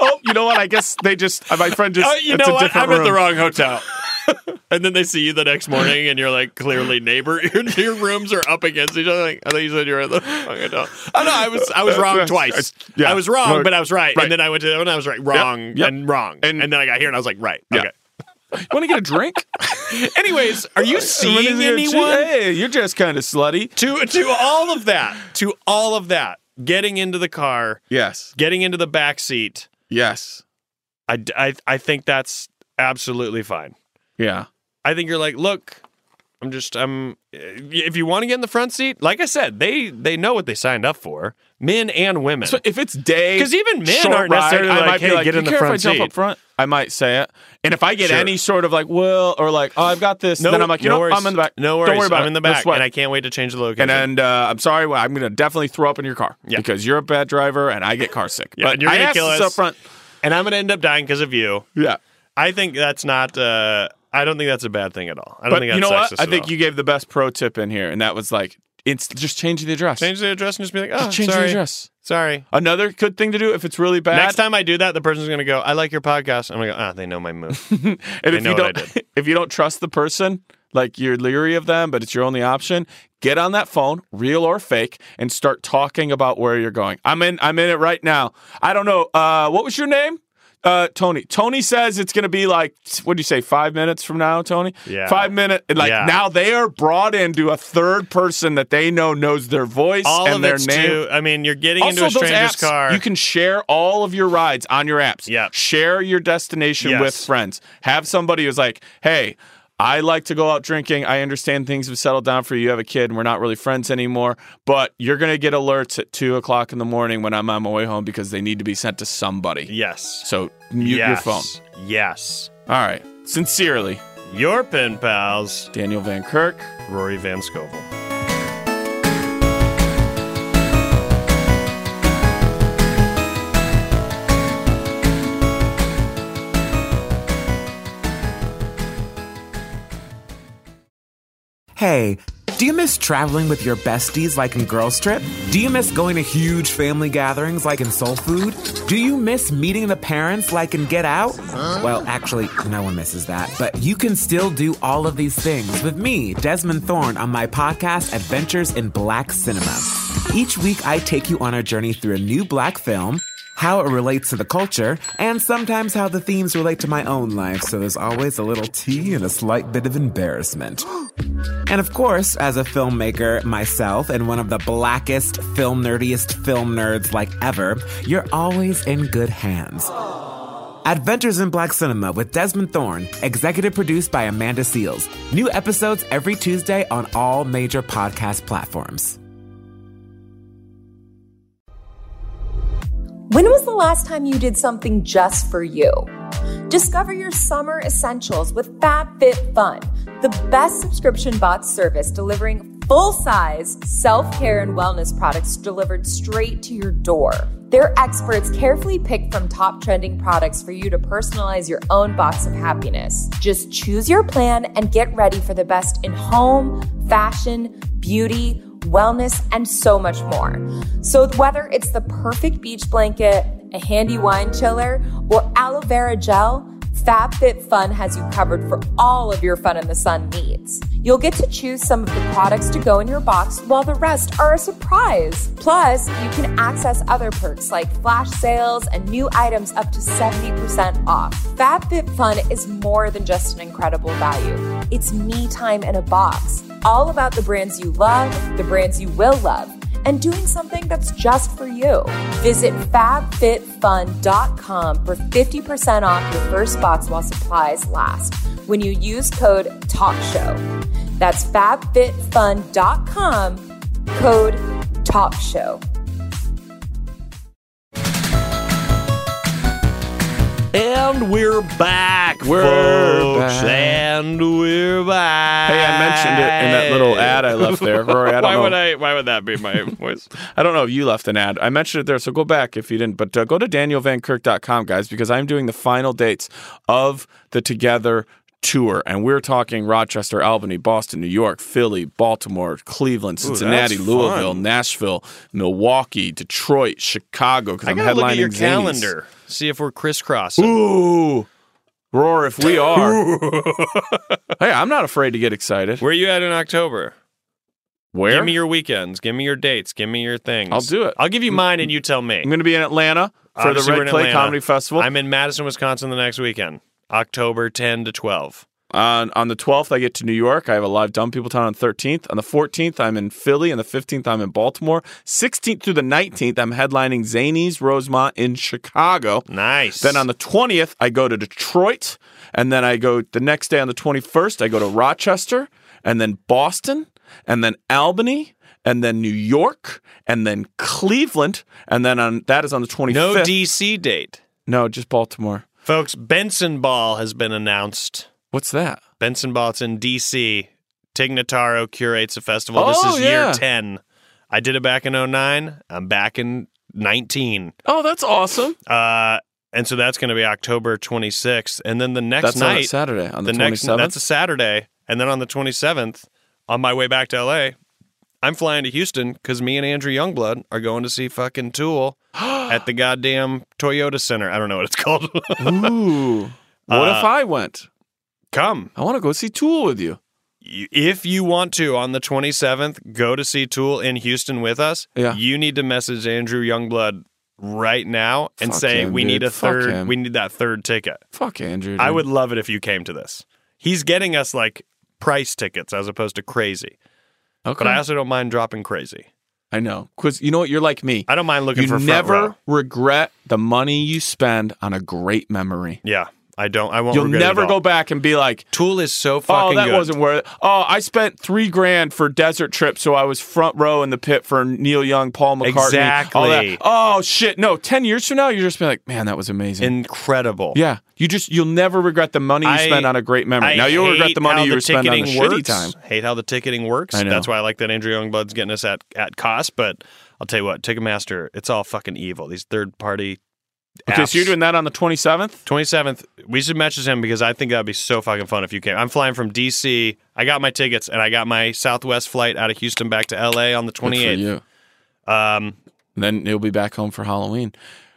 oh, you know what? I guess they just uh, my friend just. Oh, you it's know a what? different I'm at the room. wrong hotel. and then they see you the next morning, and you're like, clearly neighbor, your, your rooms are up against each other. Like, I thought you said you were at the wrong hotel. Oh no, I was I was wrong twice. Yeah. I was wrong, but I was right. Right. And then I went to the other one, I was right, wrong, yep. and wrong, And- and, then I got here, and I was like, right. Yeah. Okay. You want to get a drink? Anyways, are you When is seeing it a drink? anyone? Hey, you're just kind of slutty. To to all of that, to all of that, getting into the car, Yes. getting into the back seat. Yes. I d- I- I think that's absolutely fine. Yeah. I think you're like, look, I'm just, I'm. eh, If you want to get in the front seat, like I said, they they know what they signed up for, men and women. So if it's day, 'Cause even men short aren't ride, necessarily I like, might be "Hey, like, get "You in the care front if I jump seat." up front, I might say it. And if I get Sure. any sort of like, well, or like, oh, I've got this, no, then I'm like, you no know, worries. I'm in the back. No worries, Don't worry about I'm it. in the No back, sweat. and I can't wait to change the location. And then uh, I'm sorry, well, I'm going to definitely throw up in your car Yeah. because you're a bad driver and I get car sick. Yeah, but and you're I gonna asked kill this us. up front. and I'm gonna end up dying because of you. Yeah. I think that's not. Uh, I don't think that's a bad thing at all. I don't But think that's you know sexist what? I at think all. you gave the best pro tip in here, and that was like, it's just change the address. change the address and just be like, oh, Just change sorry, the address. sorry. Another good thing to do if it's really bad. Next time I do that, the person's gonna go, I like your podcast. I'm gonna go, ah, they know my move. and they if you know what I don't, if you don't trust the person, like you're leery of them, but it's your only option. Get on that phone, real or fake, and start talking about where you're going. I'm in. I'm in it right now. I don't know. Uh, what was your name? Uh, Tony. Tony says it's going to be like what do you say? Five minutes from now, Tony. Yeah. Five minute. Like Yeah. now, they are brought into a third person that they know knows their voice All and of their it's name. too. I mean, you're getting also, into a those stranger's apps, car. you can share all of your rides on your apps. Yep. Share your destination Yes. with friends. Have somebody who's like, hey, I like to go out drinking. I understand things have settled down for you. You have a kid and we're not really friends anymore. But you're going to get alerts at two o'clock in the morning when I'm on my way home because they need to be sent to somebody. Yes. So mute your Yes. phone. Yes. All right. Sincerely, Your pen pals, Daniel Van Kirk. Rory Van Scovel. Hey, do you miss traveling with your besties like in Girls Trip? Do you miss going to huge family gatherings like in Soul Food? Do you miss meeting the parents like in Get Out? Well, actually, no one misses that. But you can still do all of these things with me, Desmond Thorne, on my podcast, Adventures in Black Cinema. Each week, I take you on a journey through a new black film how it relates to the culture, and sometimes how the themes relate to my own life, so there's always a little tea and a slight bit of embarrassment. And of course, as a filmmaker myself and one of the blackest, film nerdiest film nerds like ever, you're always in good hands. Adventures in Black Cinema with Desmond Thorne, executive produced by Amanda Seals. New episodes every Tuesday on all major podcast platforms. When was the last time you did something just for you? Discover your summer essentials with FabFitFun, the best subscription box service delivering full size self care and wellness products delivered straight to your door. Their experts carefully pick from top trending products for you to personalize your own box of happiness. Just choose your plan and get ready for the best in home, fashion, beauty, wellness, and so much more. So, whether it's the perfect beach blanket, a handy wine chiller, or aloe vera gel, FabFitFun has you covered for all of your fun in the sun needs. You'll get to choose some of the products to go in your box while the rest are a surprise. Plus, you can access other perks like flash sales and new items up to 70% off. FabFitFun is more than just an incredible value. It's me time in a box, all about the brands you love, the brands you will love and doing something that's just for you. Visit fabfitfun.com for 50% off your first box while supplies last when you use code TALKSHOW. That's fabfitfun.com, code TALKSHOW. And we're back. We're back. folks. And we're back. Hey, I mentioned it in that little ad I left there. Rory, I don't why know. would I? Why would that be my voice? I don't know if you left an ad. I mentioned it there, so go back if you didn't. But uh, go to danielvankirk.com, guys, because I'm doing the final dates of the Together tour. And we're talking Rochester, Albany, Boston, New York, Philly, Baltimore, Cleveland, Cincinnati, that's Louisville, fun. Nashville, Milwaukee, Detroit, Chicago. Because I I'm gotta headlining look at your Zanies. calendar. See if we're crisscrossing. Ooh. Roar if we are. hey, I'm not afraid to get excited. Where you at in October? Where? Give me your weekends. Give me your dates. Give me your things. I'll do it. Mm. I'll give you mine, and you tell me. I'm going to be in Atlanta for Obviously, the we're Red in Clay Atlanta. Comedy Festival. I'm in Madison, Wisconsin, the next weekend, October 10 to 12. On on the 12th, I get to New York. I have a live Dumb People Town on the 13th. On the 14th, I'm in Philly. On the 15th, I'm in Baltimore. 16th through the 19th, I'm headlining Zanies Rosemont in Chicago. Nice. Then on the 20th, I go to Detroit. And then I go the next day on the 21st, I go to Rochester and then Boston and then Albany and then New York and then Cleveland. And then on that is on the 25th. no DC date, No, just Baltimore. folks. Benson Ball has been announced. What's that? Benson Balt's in DC. Tignataro curates a festival. this Oh, is yeah. year 10. I did it back in 09. I'm back in 19. Oh, that's awesome. Uh, and so that's going to be October 26th. And then the next That's on a night, Saturday, on the next 27th? that's a Saturday. And then on the 27th, on my way back to LA, I'm flying to Houston because me and Andrew Youngblood are going to see fucking Tool at the goddamn Toyota Center. I don't know what it's called. Ooh. What Uh, if I went? Come. I want to go see Tool with you. you- if you want to on the 27th go to see tool in houston with us Yeah. you need to message andrew youngblood right now and Fuck say him, we need dude. a Fuck third him." we need that third ticket Fuck Andrew. i dude. would love it if you came to this he's getting us like price tickets as opposed to crazy Okay. but i also don't mind dropping crazy I know. Because you know what? You're like me. i don't mind looking you for front never row. regret the money you spend on a great memory. yeah I don't. I won't. You'll regret it never at go all. back and be like, Tool is so "Oh, fucking that good. wasn't worth." It. Oh, I spent three grand for Desert Trip, so I was front row in the pit for Neil Young, Paul McCartney. Exactly. all that. Oh shit! No, ten years from now, you're just be like, "Man, that was amazing." incredible. yeah, you just you'll never regret the money you I- spent on a great memory. I now you'll regret hate the how money you were spending on a ticketing shitty works. time. Hate how the ticketing works. I know. That's why I like that Andrew Youngblood's getting us at, at cost. But I'll tell you what, Ticketmaster, it's all fucking evil. These third party. Okay, so you're doing that on the 27th. twenty seventh. We should message him because I think that'd be so fucking fun if you came. I'm flying from DC. I got my tickets and I got my Southwest flight out of Houston back to LA on the twenty eighth. you. Um, Then you'll be back home for Halloween.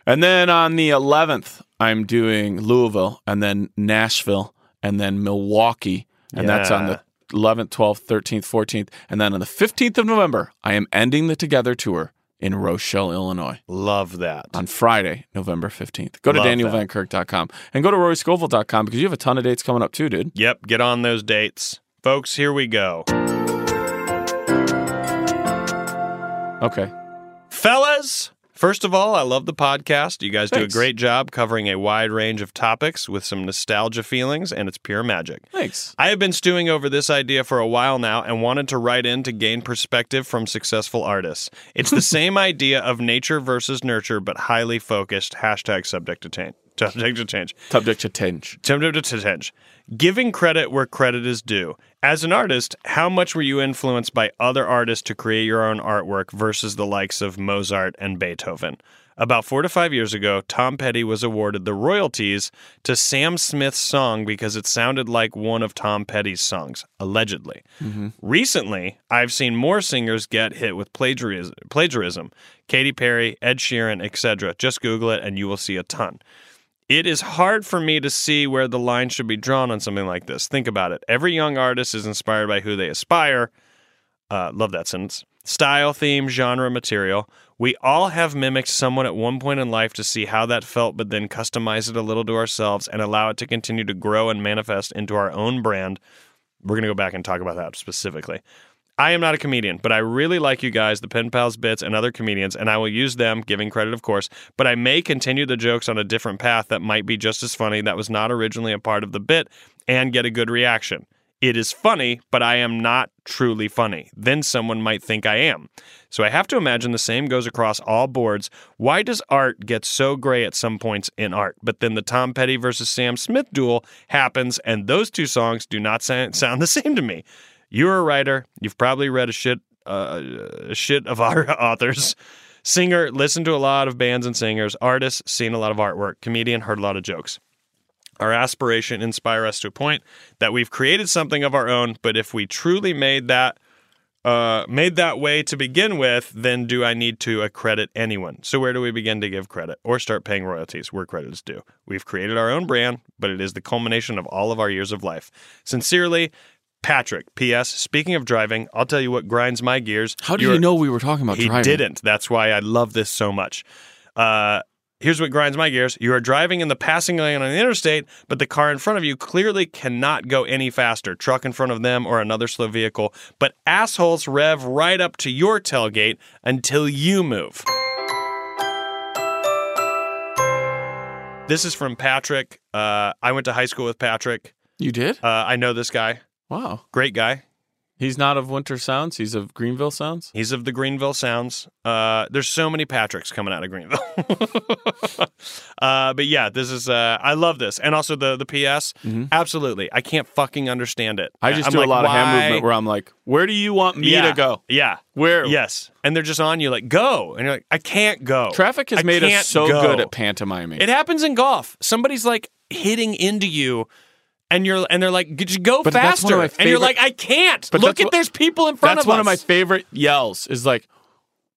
And then on the 11th, I'm doing Louisville and then Nashville and then Milwaukee. And that's on the 11th, 12th, 13th, 14th. And then on the 15th of November, I am ending the Together Tour in Rochelle, Illinois love that. on Friday, November 15th. Go to Love that. danielvankirk.com and go to roryscoville.com because you have a ton of dates coming up too, dude. Yep, get on those dates, folks. Here we go, Okay. fellas. First of all, I love the podcast. You guys Thanks. do a great job covering a wide range of topics with some nostalgia feelings, and it's pure magic. Thanks. I have been stewing over this idea for a while now and wanted to write in to gain perspective from successful artists. It's the same idea of nature versus nurture, but highly focused. Hashtag subject to change. Subject to change. Subject to change. Subject to change. Giving credit where credit is due. As an artist, how much were you influenced by other artists to create your own artwork versus the likes of Mozart and Beethoven? About four to five years ago, Tom Petty was awarded the royalties to Sam Smith's song because it sounded like one of Tom Petty's songs, allegedly. Recently, I've seen more singers get hit with plagiarism, plagiarism Katy Perry, Ed Sheeran, etc. Just Google it and you will see a ton. It is hard for me to see where the line should be drawn on something like this. Think about it. Every young artist is inspired by who they aspire. Uh, love that sentence. Style, theme, genre, material. We all have mimicked someone at one point in life to see how that felt, but then customize it a little to ourselves and allow it to continue to grow and manifest into our own brand. We're going to go back and talk about that specifically. I am not a comedian, but I really like you guys, the Pen Pals bits, and other comedians, and I will use them, giving credit, of course. But I may continue the jokes on a different path that might be just as funny, that was not originally a part of the bit, and get a good reaction. It is funny, but I am not truly funny. Then someone might think I am. So I have to imagine the same goes across all boards. Why does art get so gray at some points in art? But then the Tom Petty versus Sam Smith duel happens, and those two songs do not sa- sound the same to me. You're a writer. You've probably read a shit, uh, a shit of our authors. Singer, listened to a lot of bands and singers. Artist, seen a lot of artwork. Comedian, heard a lot of jokes. Our aspiration inspire us to a point that we've created something of our own. But if we truly made that uh, made that way to begin with, then do I need to accredit anyone? So where do we begin to give credit or start paying royalties where credit is due? We've created our own brand, but it is the culmination of all of our years of life. Sincerely, Patrick. P.S. Speaking of driving, I'll tell you what grinds my gears. How do You're- you know we were talking about he driving? didn't. That's why I love this so much. Uh, here's what grinds my gears. You are driving in the passing lane on the interstate, but the car in front of you clearly cannot go any faster. Truck in front of them or another slow vehicle. But assholes rev right up to your tailgate until you move. This is from Patrick. Uh, I went to high school with Patrick. You did? Uh, I know this guy. Wow. Great guy. He's not of Winter Sounds. He's of Greenville Sounds. He's of the Greenville Sounds. Uh, there's so many Patricks coming out of Greenville. uh, but yeah, this is uh, I love this, and also the the PS. Absolutely, I can't fucking understand it. Mm-hmm. I just I'm do like, a lot of hand why? movement where I'm like, where do you want me yeah, to go? Yeah, Where? yes, and they're just on you like go, and you're like I can't go. Traffic has I made can't us so go. good at pantomiming. It happens in golf. Somebody's like hitting into you. And you're and they're like, just go But that's faster. one of my and you're favorite- like, I can't. But Look that's at what- there's people in front That's of one us. of my favorite yells is like,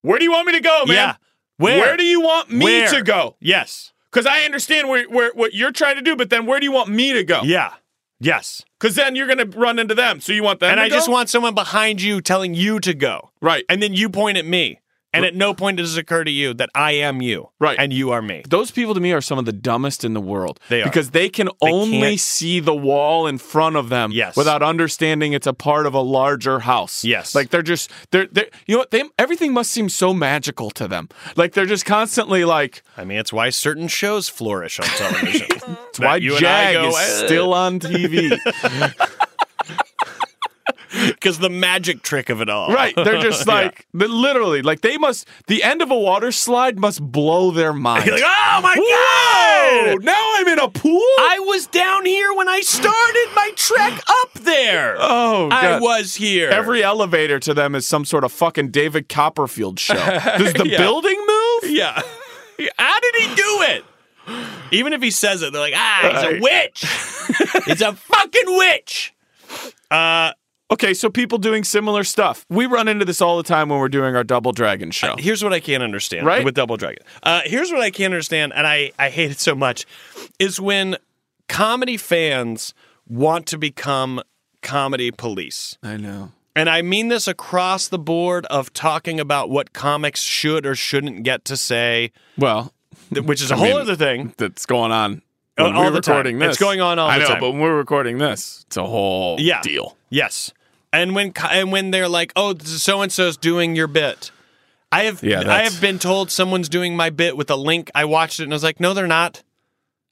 where do you want me to go, Oh, man? Yeah. Where? do you want me Where? to go? Yes. Because I understand where, where what you're trying to do, but then where do you want me to go? Yeah. Yes. Because then you're going to run into them. So you want them and to I just go? want someone behind you telling you to go. Right. And then you point at me. And at no point does it occur to you that I am you. Right. And you are me. Those people to me are some of the dumbest in the world. They are. Because they can only can't- see the wall in front of them Yes. without understanding it's a part of a larger house. Yes. Like they're just they're, they're you know what they everything must seem so magical to them. Like they're just constantly like I mean, it's why certain shows flourish on television. it's why Jag is still on TV. because the magic trick of it all. right. They're just like they- literally like they must the end of a water slide must blow their mind. You're like, oh my Whoa! god! Now I'm in a pool? I was down here when I started my trek up there. oh god. I was here. Every elevator to them is some sort of fucking David Copperfield show. Does the building move? yeah. How did he do it? Even if he says it, they're like, ah, he's a Right. witch. he's a fucking witch. Okay, so people doing similar stuff. We run into this all the time when we're doing our Double Dragon show. Uh, Here's what I can't understand Right? with Double Dragon. Uh, here's what I can't understand, and I, I hate it so much, is when comedy fans want to become comedy police. I know. And I mean this across the board of talking about what comics should or shouldn't get to say, Well, th- which is a I whole mean, other thing. that's going on. Uh, when all we're the time. recording this. It's going on all I the know, time. but when we're recording this, it's a whole Yeah. deal. Yes. And when co- and when they're like, "Oh, so and so's doing your bit." I have Yeah, I that's- have been told someone's doing my bit with a link. I watched it and I was like, "No, they're not."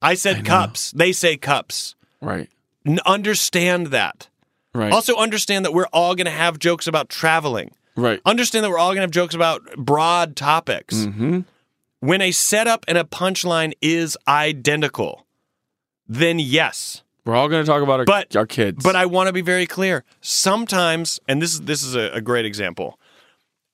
I said cups. They say cups. Right. N- understand that. Right. Also understand that we're all going to have jokes about traveling. right. Understand that we're all going to have jokes about broad topics. Mm-hmm. When a setup and a punchline is identical, then yes. we're all going to talk about our, But- our kids. But I want to be very clear. Sometimes, and this is this is a, a great example.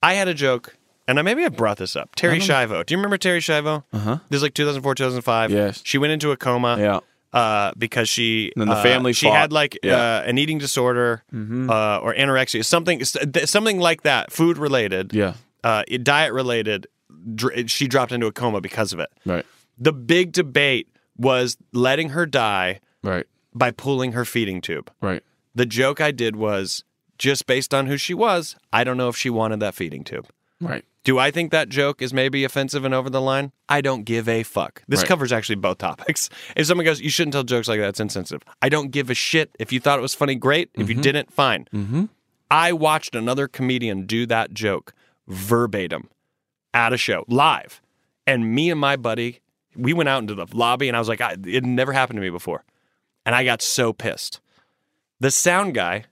I had a joke, and I maybe I brought this up. Terry Schiavo. Do you remember Terry Schiavo? Uh huh. This is like 2004, 2005. Uh-huh. Yes. She went into a coma. Yeah. Uh, because she And then the uh, family she fought. had like Yeah. Mm-hmm. uh, an eating disorder uh, or anorexia something something like that food related Yeah. uh, diet related dr- she dropped into a coma because of it Right. the big debate was letting her die Right. by pulling her feeding tube Right. the joke I did was just based on who she was, I don't know if she wanted that feeding tube. Right. Do I think that joke is maybe offensive and over the line? I don't give a fuck. This Right. covers actually both topics. If someone goes, you shouldn't tell jokes like that, it's insensitive. I don't give a shit. If you thought it was funny, great. If you didn't, fine. I watched another comedian do that joke verbatim at a show live. And me and my buddy, we went out into the lobby and I was like, I, it never happened to me before. And I got so pissed. The sound guy,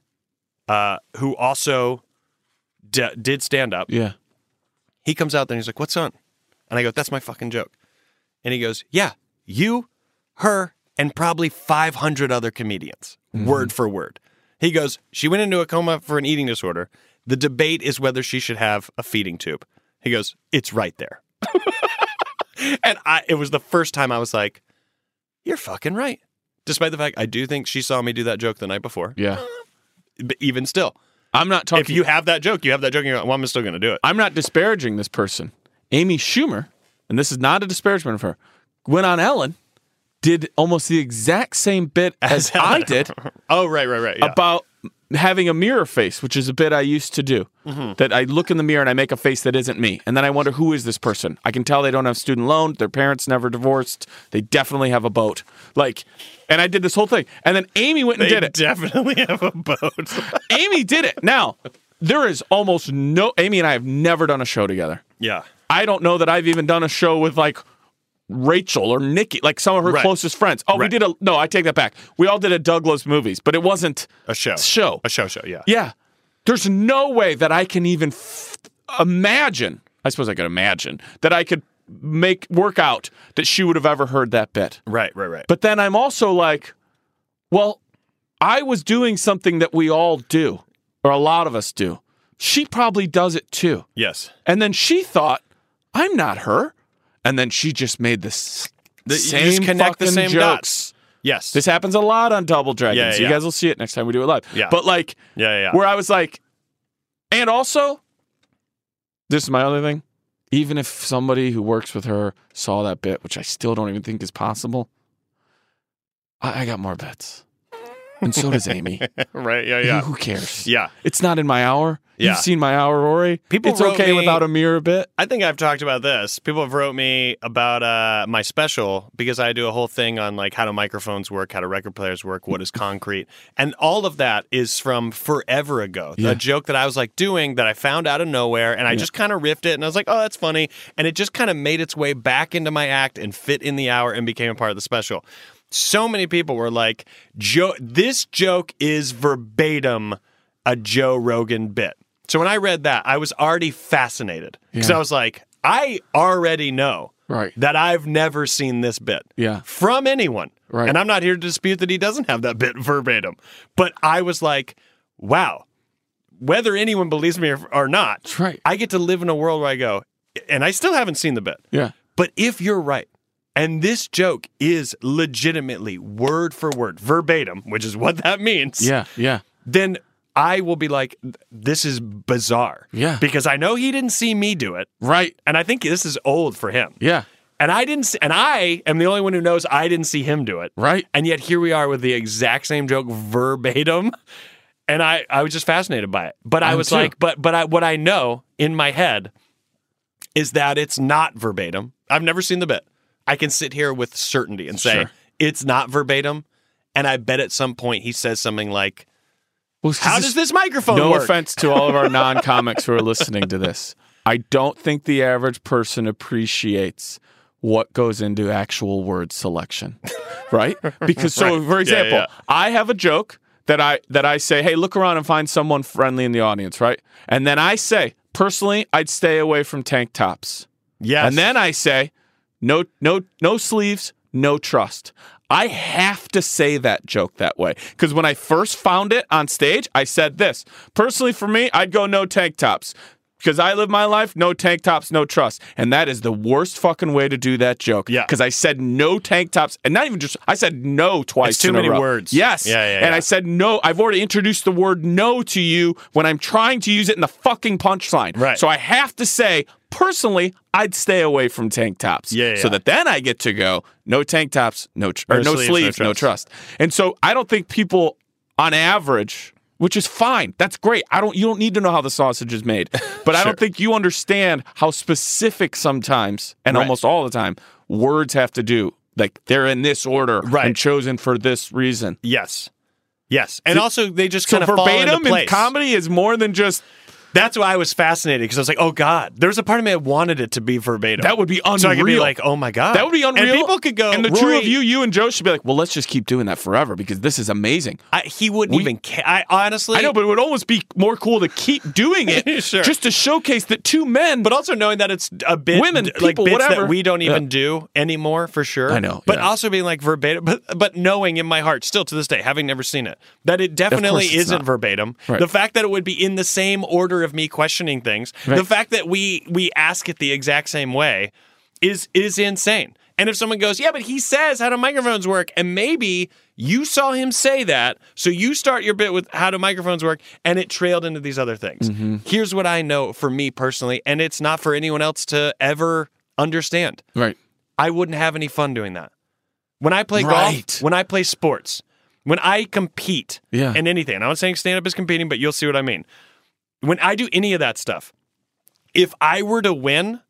uh, who also d- did stand up, Yeah. he comes out there and he's like, What's on? And I go, That's my fucking joke. And he goes, Yeah, you, her, and probably 500 other comedians, word for word. He goes, She went into a coma for an eating disorder. The debate is whether she should have a feeding tube. He goes, It's right there. and I, it was the first time I was like, You're fucking right. Despite the fact I do think she saw me do that joke the night before, Yeah. but even still, I'm not talking if you have that joke, you have that joke, and you're like, well, I'm still going to do it. I'm not disparaging this person. Amy Schumer, and this is not a disparagement of her, went on Ellen, did almost the exact same bit as I did Oh, right, right, right. yeah. about having a mirror face, which is a bit I used to do. That I look in the mirror and I make a face that isn't me. And then I wonder who is this person? I can tell they don't have student loan, their parents never divorced, they definitely have a boat. Like and I did this whole thing. And then Amy went and did it. definitely have a boat. Amy did it. Now, there is almost no Amy and I have never done a show together. yeah. I don't know that I've even done a show with like Rachel or Nikki, like some of her Right. closest friends. Oh, we Right. did a no, I take that back. We all did a Douglas movies, but it wasn't A show. Show. A show show, yeah. Yeah, there's no way that I can even f- imagine. I suppose I could imagine that I could make work out that she would have ever heard that bit. Right, right, right. But then I'm also like, well, I was doing something that we all do, or a lot of us do. She probably does it too. yes. And then she thought, I'm not her. And then she just made this The- you same just connect the fucking same jokes. dots. Yes. This happens a lot on Double Dragons. Yeah, yeah, You yeah. guys will see it next time we do it live. Yeah. But like, yeah, yeah, yeah. where I was like, and also, this is my other thing. Even if somebody who works with her saw that bit, which I still don't even think is possible, I, I got more bets. And so does Amy. right, yeah, yeah. Who cares? yeah. It's not in my hour. Yeah. You've seen my aurora. People it's wrote okay me- without a mirror bit. I think I've talked about this. People have wrote me about uh, my special because I do a whole thing on like how do microphones work, how do record players work, what is concrete, and all of that is from forever ago. The joke that I was like doing that I found out of nowhere, and I just kind of riffed it, and I was like, oh, that's funny, and it just kind of made its way back into my act and fit in the hour and became a part of the special. So many people were like, Joe, this joke is verbatim a Joe Rogan bit. So when I read that, I was already fascinated because I was like, I already know Right. that I've never seen this bit Yeah. from anyone. Right. And I'm not here to dispute that he doesn't have that bit verbatim. But I was like, wow, whether anyone believes me or, or not, That's right. I get to live in a world where I go, and I still haven't seen the bit. Yeah. But if you're right, and this joke is legitimately word for word, verbatim, which is what that means Yeah. Yeah. then I will be like, this is bizarre. Yeah. Because I know he didn't see me do it. Right. And I think this is old for him. Yeah. And I didn't see, and I am the only one who knows I didn't see him do it. Right. And yet here we are with the exact same joke verbatim. And I, I was just fascinated by it. But I I'm was too. like, but but I, what I know in my head is that it's not verbatim. I've never seen the bit. I can sit here with certainty and say Sure. it's not verbatim. And I bet at some point he says something like, Well, how does this microphone no work? offense to all of our non-comics who are listening to this i don't think the average person appreciates what goes into actual word selection right because so for example yeah. i have a joke that i that i say hey look around and find someone friendly in the audience right and then i say personally i'd stay away from tank tops Yes. and then i say no no no sleeves no trust i have to say that joke that way because when i first found it on stage i said this personally for me i'd go no tank tops because I live my life, no tank tops, no trust. And that is the worst fucking way to do that joke. Yeah. Because I said no tank tops, and not even just, I said no twice. It's too in a many row. words. Yes. Yeah, yeah, And yeah. I said no. I've already introduced the word no to you when I'm trying to use it in the fucking punchline. Right. So I have to say, personally, I'd stay away from tank tops. Yeah, yeah. So that then I get to go no tank tops, no tr- or No no, sleeves, sleeves, no no trust. trust. And so I don't think people, on average, which is fine. That's great. I don't. You don't need to know how the sausage is made, but I don't think you understand how specific sometimes and Right. almost all the time words have to do. Like they're in this order Right. and chosen for this reason. yes. Yes. And also they just kind So of fall into verbatim in place. comedy is more than just That's why I was fascinated because I was like, oh God. There's a part of me that wanted it to be verbatim. That would be So I could be unreal. like, oh my God. that would be unreal. And people could go And the Rory, two of you, you and Joe, should be like, well, let's just keep doing that forever because this is amazing. I, he wouldn't We- even care. I honestly I know, but it would almost be more cool to keep doing it, Sure. just to showcase that two men. but also knowing that it's a bit Women, like people, bits whatever. that we don't Yeah. even do anymore for sure. I know, but yeah. also being like verbatim, but but knowing in my heart still to this day, having never seen it, that it definitely course it's isn't not. verbatim. Right. The fact that it would be in the same order of me questioning things, the fact that we we ask it the exact same way, is is insane. And if someone goes, yeah, but he says how do microphones work, and maybe you saw him say that, so you start your bit with how do microphones work, and it trailed into these other things. Here's what I know for me personally, and it's not for anyone else to ever understand. right. I wouldn't have any fun doing that. When I play Right. golf, when I play sports, when I compete Yeah. in anything, and I'm not saying stand up is competing, but you'll see what I mean. When I do any of that stuff, if I were to win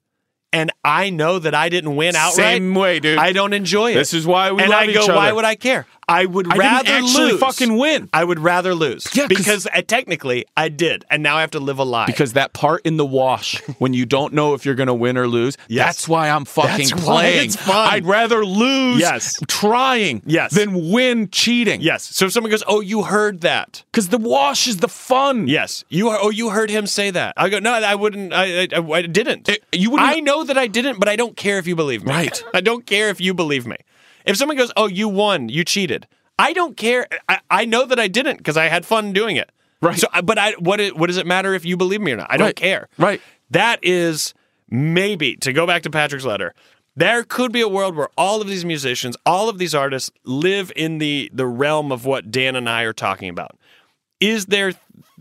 and I know that I didn't win outright, Same way, dude. I don't enjoy it. This is why we and love I go, each other. why would I care? I would I didn't rather actually lose. fucking win. I would rather lose. Yeah, 'cause- because I, technically I did, and now I have to live a lie. because that part in the wash when you don't know if you're going to win or lose, Yes. that's why I'm fucking That's why playing. it's fun. I'd rather lose Yes. trying Yes. than win cheating. yes, so if someone goes, oh, you heard that. Because the wash is the fun. Yes, you are. Oh, you heard him say that. I go. No, I wouldn't. I I, I didn't. It- Eh, you wouldn't- I know that I didn't, but I don't care if you believe me. Right. I don't care if you believe me. If someone goes, "Oh, you won. You cheated," I don't care. I, I know that I didn't because I had fun doing it. Right. So, I- but I what it, what does it matter if you believe me or not? I don't Right. care. Right. That is maybe to go back to Patrick's letter. There could be a world where all of these musicians, all of these artists live in the the realm of what Dan and I are talking about. Is there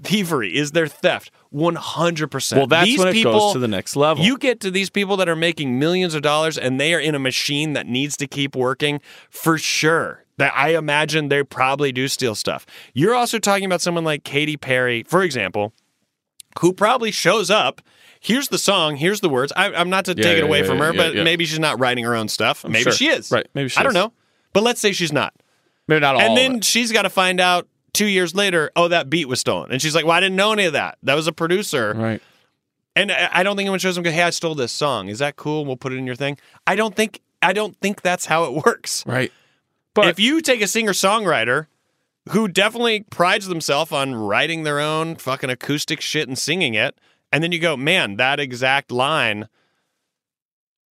thievery? Is there theft? 100%. Well, that's These when it people, goes to the next level. You get to these people that are making millions of dollars and they are in a machine that needs to keep working for sure. That I imagine they probably do steal stuff. You're also talking about someone like Katy Perry, for example, who probably shows up. Here's the song. Here's the words. I, I'm not to Yeah, take it yeah, away yeah, from yeah, her, yeah, but yeah. maybe she's not writing her own stuff. Maybe sure. she is. Right, maybe she I don't is. know. But let's say she's not. Maybe not all. and of then it. she's got to find out two years later. Oh, that beat was stolen. And she's like, "Well, I didn't know any of that. That was a producer." right. And I I don't think anyone shows them. Hey, I stole this song. Is that cool? We'll put it in your thing. I don't think. I don't think that's how it works. Right. But if you take a singer songwriter who definitely prides themselves on writing their own fucking acoustic shit and singing it, and then you go, man, that exact line,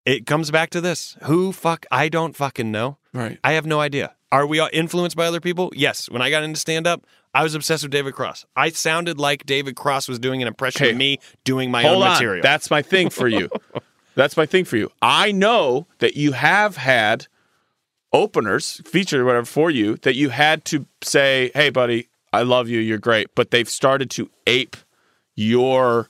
it comes back to this. Who fuck? I don't fucking know. right. I have no idea. Are we all influenced by other people? Yes. When I got into stand up, I was obsessed with David Cross. I sounded like David Cross was doing an impression Okay. of me doing my Hold own on. material. That's my thing for you. That's my thing for you. I know that you have had openers, featured or whatever for you that you had to say, "Hey, buddy, I love you. You're great," but they've started to ape your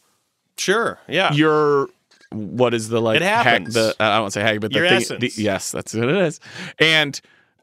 sure. Yeah. your what is the like It happens. the I don't want to say hack, but the Your thing, essence. the- yes, that's what it is. And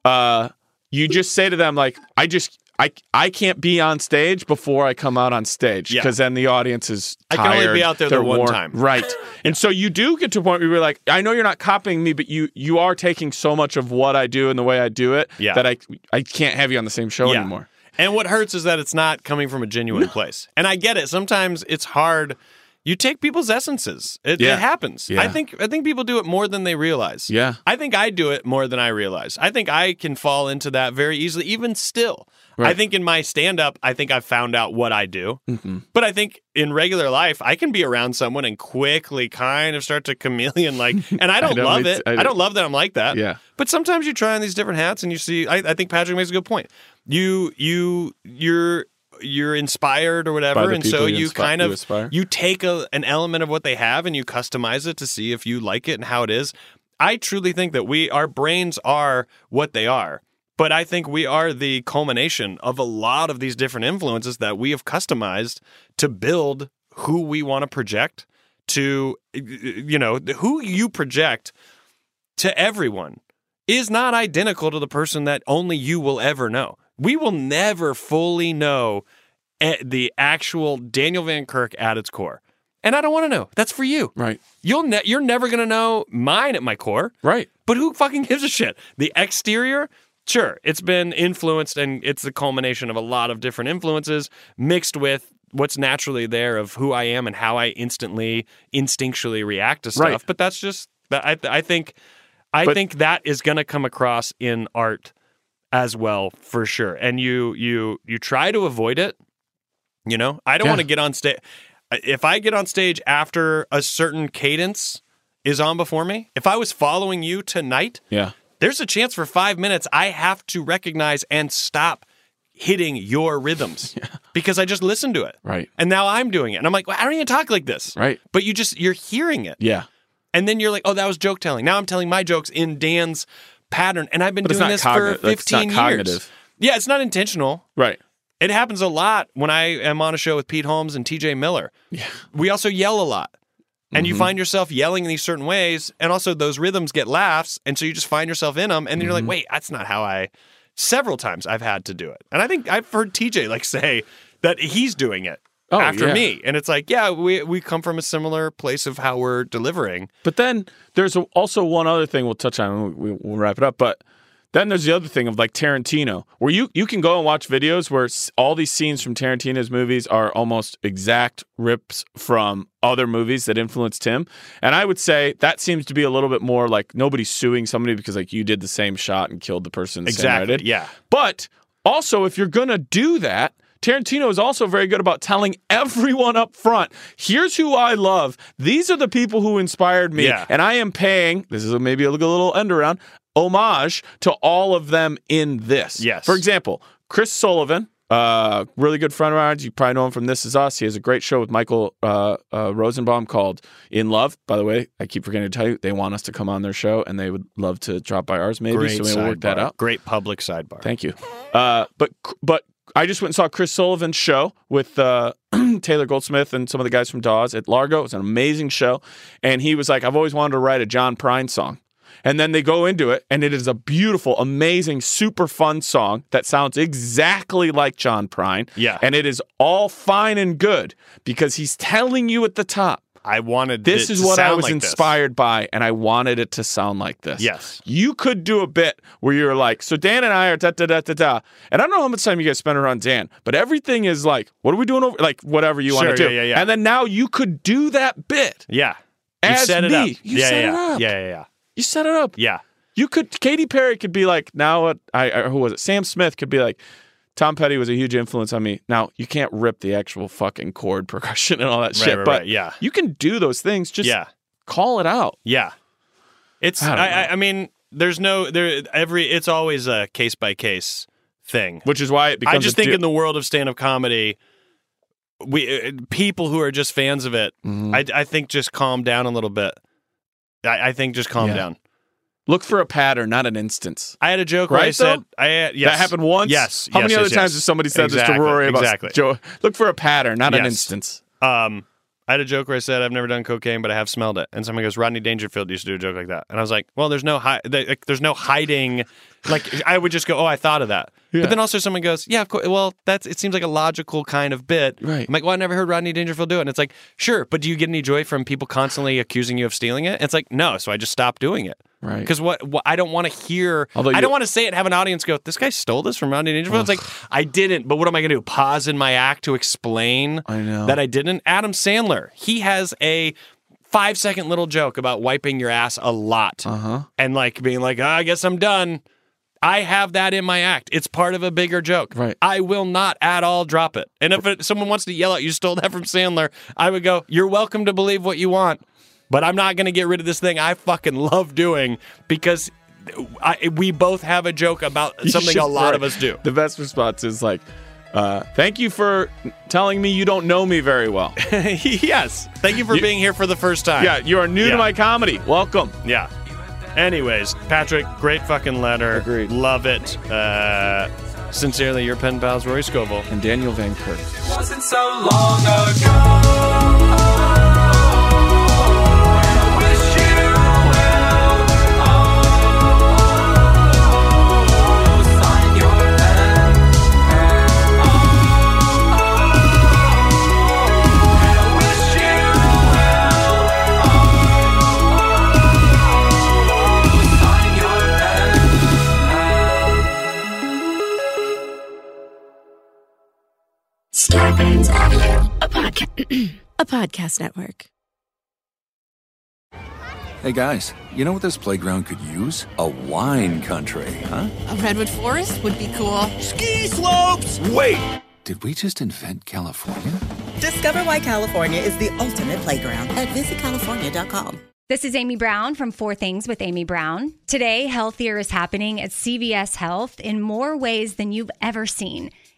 uh, you just say to them like, I just I I can't be on stage before I come out on stage Yeah. because then the audience is I can only tired, be out there the they're one worn- time. right? And so you do get to a point where you're like, I know you're not copying me, but you you are taking so much of what I do and the way I do it Yeah. that I I can't have you on the same show Yeah. anymore. And what hurts is that it's not coming from a genuine place. And I get it. Sometimes it's hard. You take people's essences. It, Yeah. it happens. Yeah. I think I think people do it more than they realize. Yeah. I think I do it more than I realize. I think I can fall into that very easily, even still. I Right. think in my stand up, I think I've found out what I do. Mm-hmm. But I think in regular life, I can be around someone and quickly kind of start to chameleon like, and I don't, don't- love it's- it. I I don't- don't love that I'm like that. Yeah. But sometimes you try on these different hats and you see I, I think Patrick makes a good point. You you you're you're inspired or By whatever the and so people you you inspi- kind of you aspire? you take a, an element of what they have and you customize it to see if you like it and how it is. I truly think that we our brains are what they are. But I think we are the culmination of a lot of these different influences that we have customized to build who we want to project to you know who you project to everyone is not identical to the person that only you will ever know. We will never fully know eh, the actual Daniel Van Kirk at its core. And I don't want to know. That's for you. Right. You'll ne- you're never going to know mine at my core. Right. But who fucking gives a shit? The exterior, sure, it's been influenced and it's the culmination of a lot of different influences mixed with what's naturally there of who I am and how I instantly, instinctually react to stuff. Right. But that's just, that- I, I think, I But- think that is going to come across in art as well for sure. And you, you, you try to avoid it. You know, I don't Yeah. want to get on stage. If I get on stage after a certain cadence is on before me, if I was following you tonight, Yeah. there's a chance for five minutes I have to recognize and stop hitting your rhythms because I just listened to it. Right. And now I'm doing it. And I'm like, well, I don't even talk like this. Right. But you just, you're hearing it. Yeah. And then you're like, oh, that was joke telling. Now I'm telling my jokes in Dan's pattern. And I've been But it's doing not this cognitive. for 15 That's not years. cognitive. Yeah, it's not intentional. Right. It happens a lot when I am on a show with Pete Holmes and TJ Miller. Yeah. We also yell a lot. And Mm-hmm. you find yourself yelling in these certain ways, and also those rhythms get laughs, and so you just find yourself in them, and then you're Mm-hmm. like, "Wait, that's not how I." Several times I've had to do it, and I think I've heard TJ like say that he's doing it Oh, after yeah. me, and it's like, yeah, we we come from a similar place of how we're delivering. But then there's also one other thing we'll touch on. and we- We'll wrap it up. But then there's the other thing of like Tarantino, where you you can go and watch videos where s- all these scenes from Tarantino's movies are almost exact rips from other movies that influenced him. And I would say that seems to be a little bit more like nobody's suing somebody because like you did the same shot and killed the person. The Same way I did. yeah. But also, if you're going to do that, Tarantino is also very good about telling everyone up front, here's who I love. These are the people who inspired me. Yeah. And I am paying, this is maybe a little end around, homage to all of them in this. Yes. For example, Chris Sullivan, uh, really good friend of ours. You probably know him from This Is Us. He has a great show with Michael uh, uh, Rosenbaum called In Love. By the way, I keep forgetting to tell you, they want us to come on their show and they would love to drop by ours maybe. so maybe we'll work that sidebar. out. Great public sidebar. Thank you. Uh, but but I just went and saw Chris Sullivan's show with uh, Taylor Goldsmith and some of the guys from Dawes at Largo. It was an amazing show, and he was like, "I've always wanted to write a John Prine song." And then they go into it, and it is a beautiful, amazing, super fun song that sounds exactly like John Prine. Yeah. And it is all fine and good because he's telling you at the top, I wanted this it is to what I sound was like this. inspired by, and I wanted it to sound like this. Yes. You could do a bit where you're like, so Dan and I are da da da da da. And I don't know how much time you guys spend around Dan, but everything is like, what are we doing over? Like, whatever you want Sure, to do. yeah, yeah, yeah. And then now you could do that bit. Yeah. As you set it me. up. You yeah, set yeah, it yeah. up. Yeah, yeah, yeah. You set it up. Yeah. You could, Katy Perry could be like, now what? I, I who was it? Sam Smith could be like, Tom Petty was a huge influence on me. Now you can't rip the actual fucking chord percussion and all that shit, right, but right, yeah. you can do those things. Just Yeah. call it out. Yeah. It's I I, don't I, I mean, there's no there every it's always a case by case thing. which is why it becomes. I just a think du- in the world of stand up comedy we uh, people who are just fans of it, Mm-hmm. I, I think just calm down a little bit. I, I think just calm Yeah. down. look for a pattern, not an instance. I had a joke where I Right, though? said I had, yes. That happened once. Yes. How yes, many yes, other yes. times has somebody said this to Exactly, Rory about exactly. Joe? Look for a pattern, not an Yes. instance. Um, I had a joke where I said I've never done cocaine, but I have smelled it. And someone goes, Rodney Dangerfield used to do a joke like that, and I was like, Well, there's no hi- th- like, there's no hiding. Like I would just go, Oh, I thought of that. Yeah. But then also someone goes, Yeah, of course. Well, that's it seems like a logical kind of bit. Right. I'm like, Well, I never heard Rodney Dangerfield do it. And it's like, Sure, but do you get any joy from people constantly accusing you of stealing it? And it's like, No. So I just stopped doing it. Right. Because what, what I don't want to hear, Although I you- don't want to say it. and Have an audience go, "This guy stole this from Rodney Dangerfield." It's like I didn't, but what am I going to do? Pause in my act to explain I know. that I didn't. Adam Sandler, he has a five second little joke about wiping your ass a lot, uh-huh. and like being like, "Ah, "I guess I'm done." I have that in my act. It's part of a bigger joke. Right. I will not at all drop it. And if it, someone wants to yell out, "You stole that from Sandler," I would go, "You're welcome to believe what you want." but I'm not going to get rid of this thing I fucking love doing because I, we both have a joke about You something should- a lot of right. us do. The best response is like, uh, "Thank you for telling me you don't know me very well. yes. Thank you for being here for the first time. yeah, you are new Yeah. to my comedy. Welcome." Yeah. Anyways, Patrick, great fucking letter. Agreed. Love it. Uh, sincerely, your pen pals, Rory Scovel. And Daniel Van Kirk. Wasn't so long ago. I wish you well. Oh, sign your pen. I wish you well. Oh, sign your pen. a podcast, a podcast network. Hey guys, you know what this playground could use? A wine country, huh? A redwood forest would be cool. Ski slopes! Wait! Did we just invent California? Discover why California is the ultimate playground at visitcalifornia.com. This is Amy Brown from Four Things with Amy Brown. Today, healthier is happening at CVS Health in more ways than you've ever seen.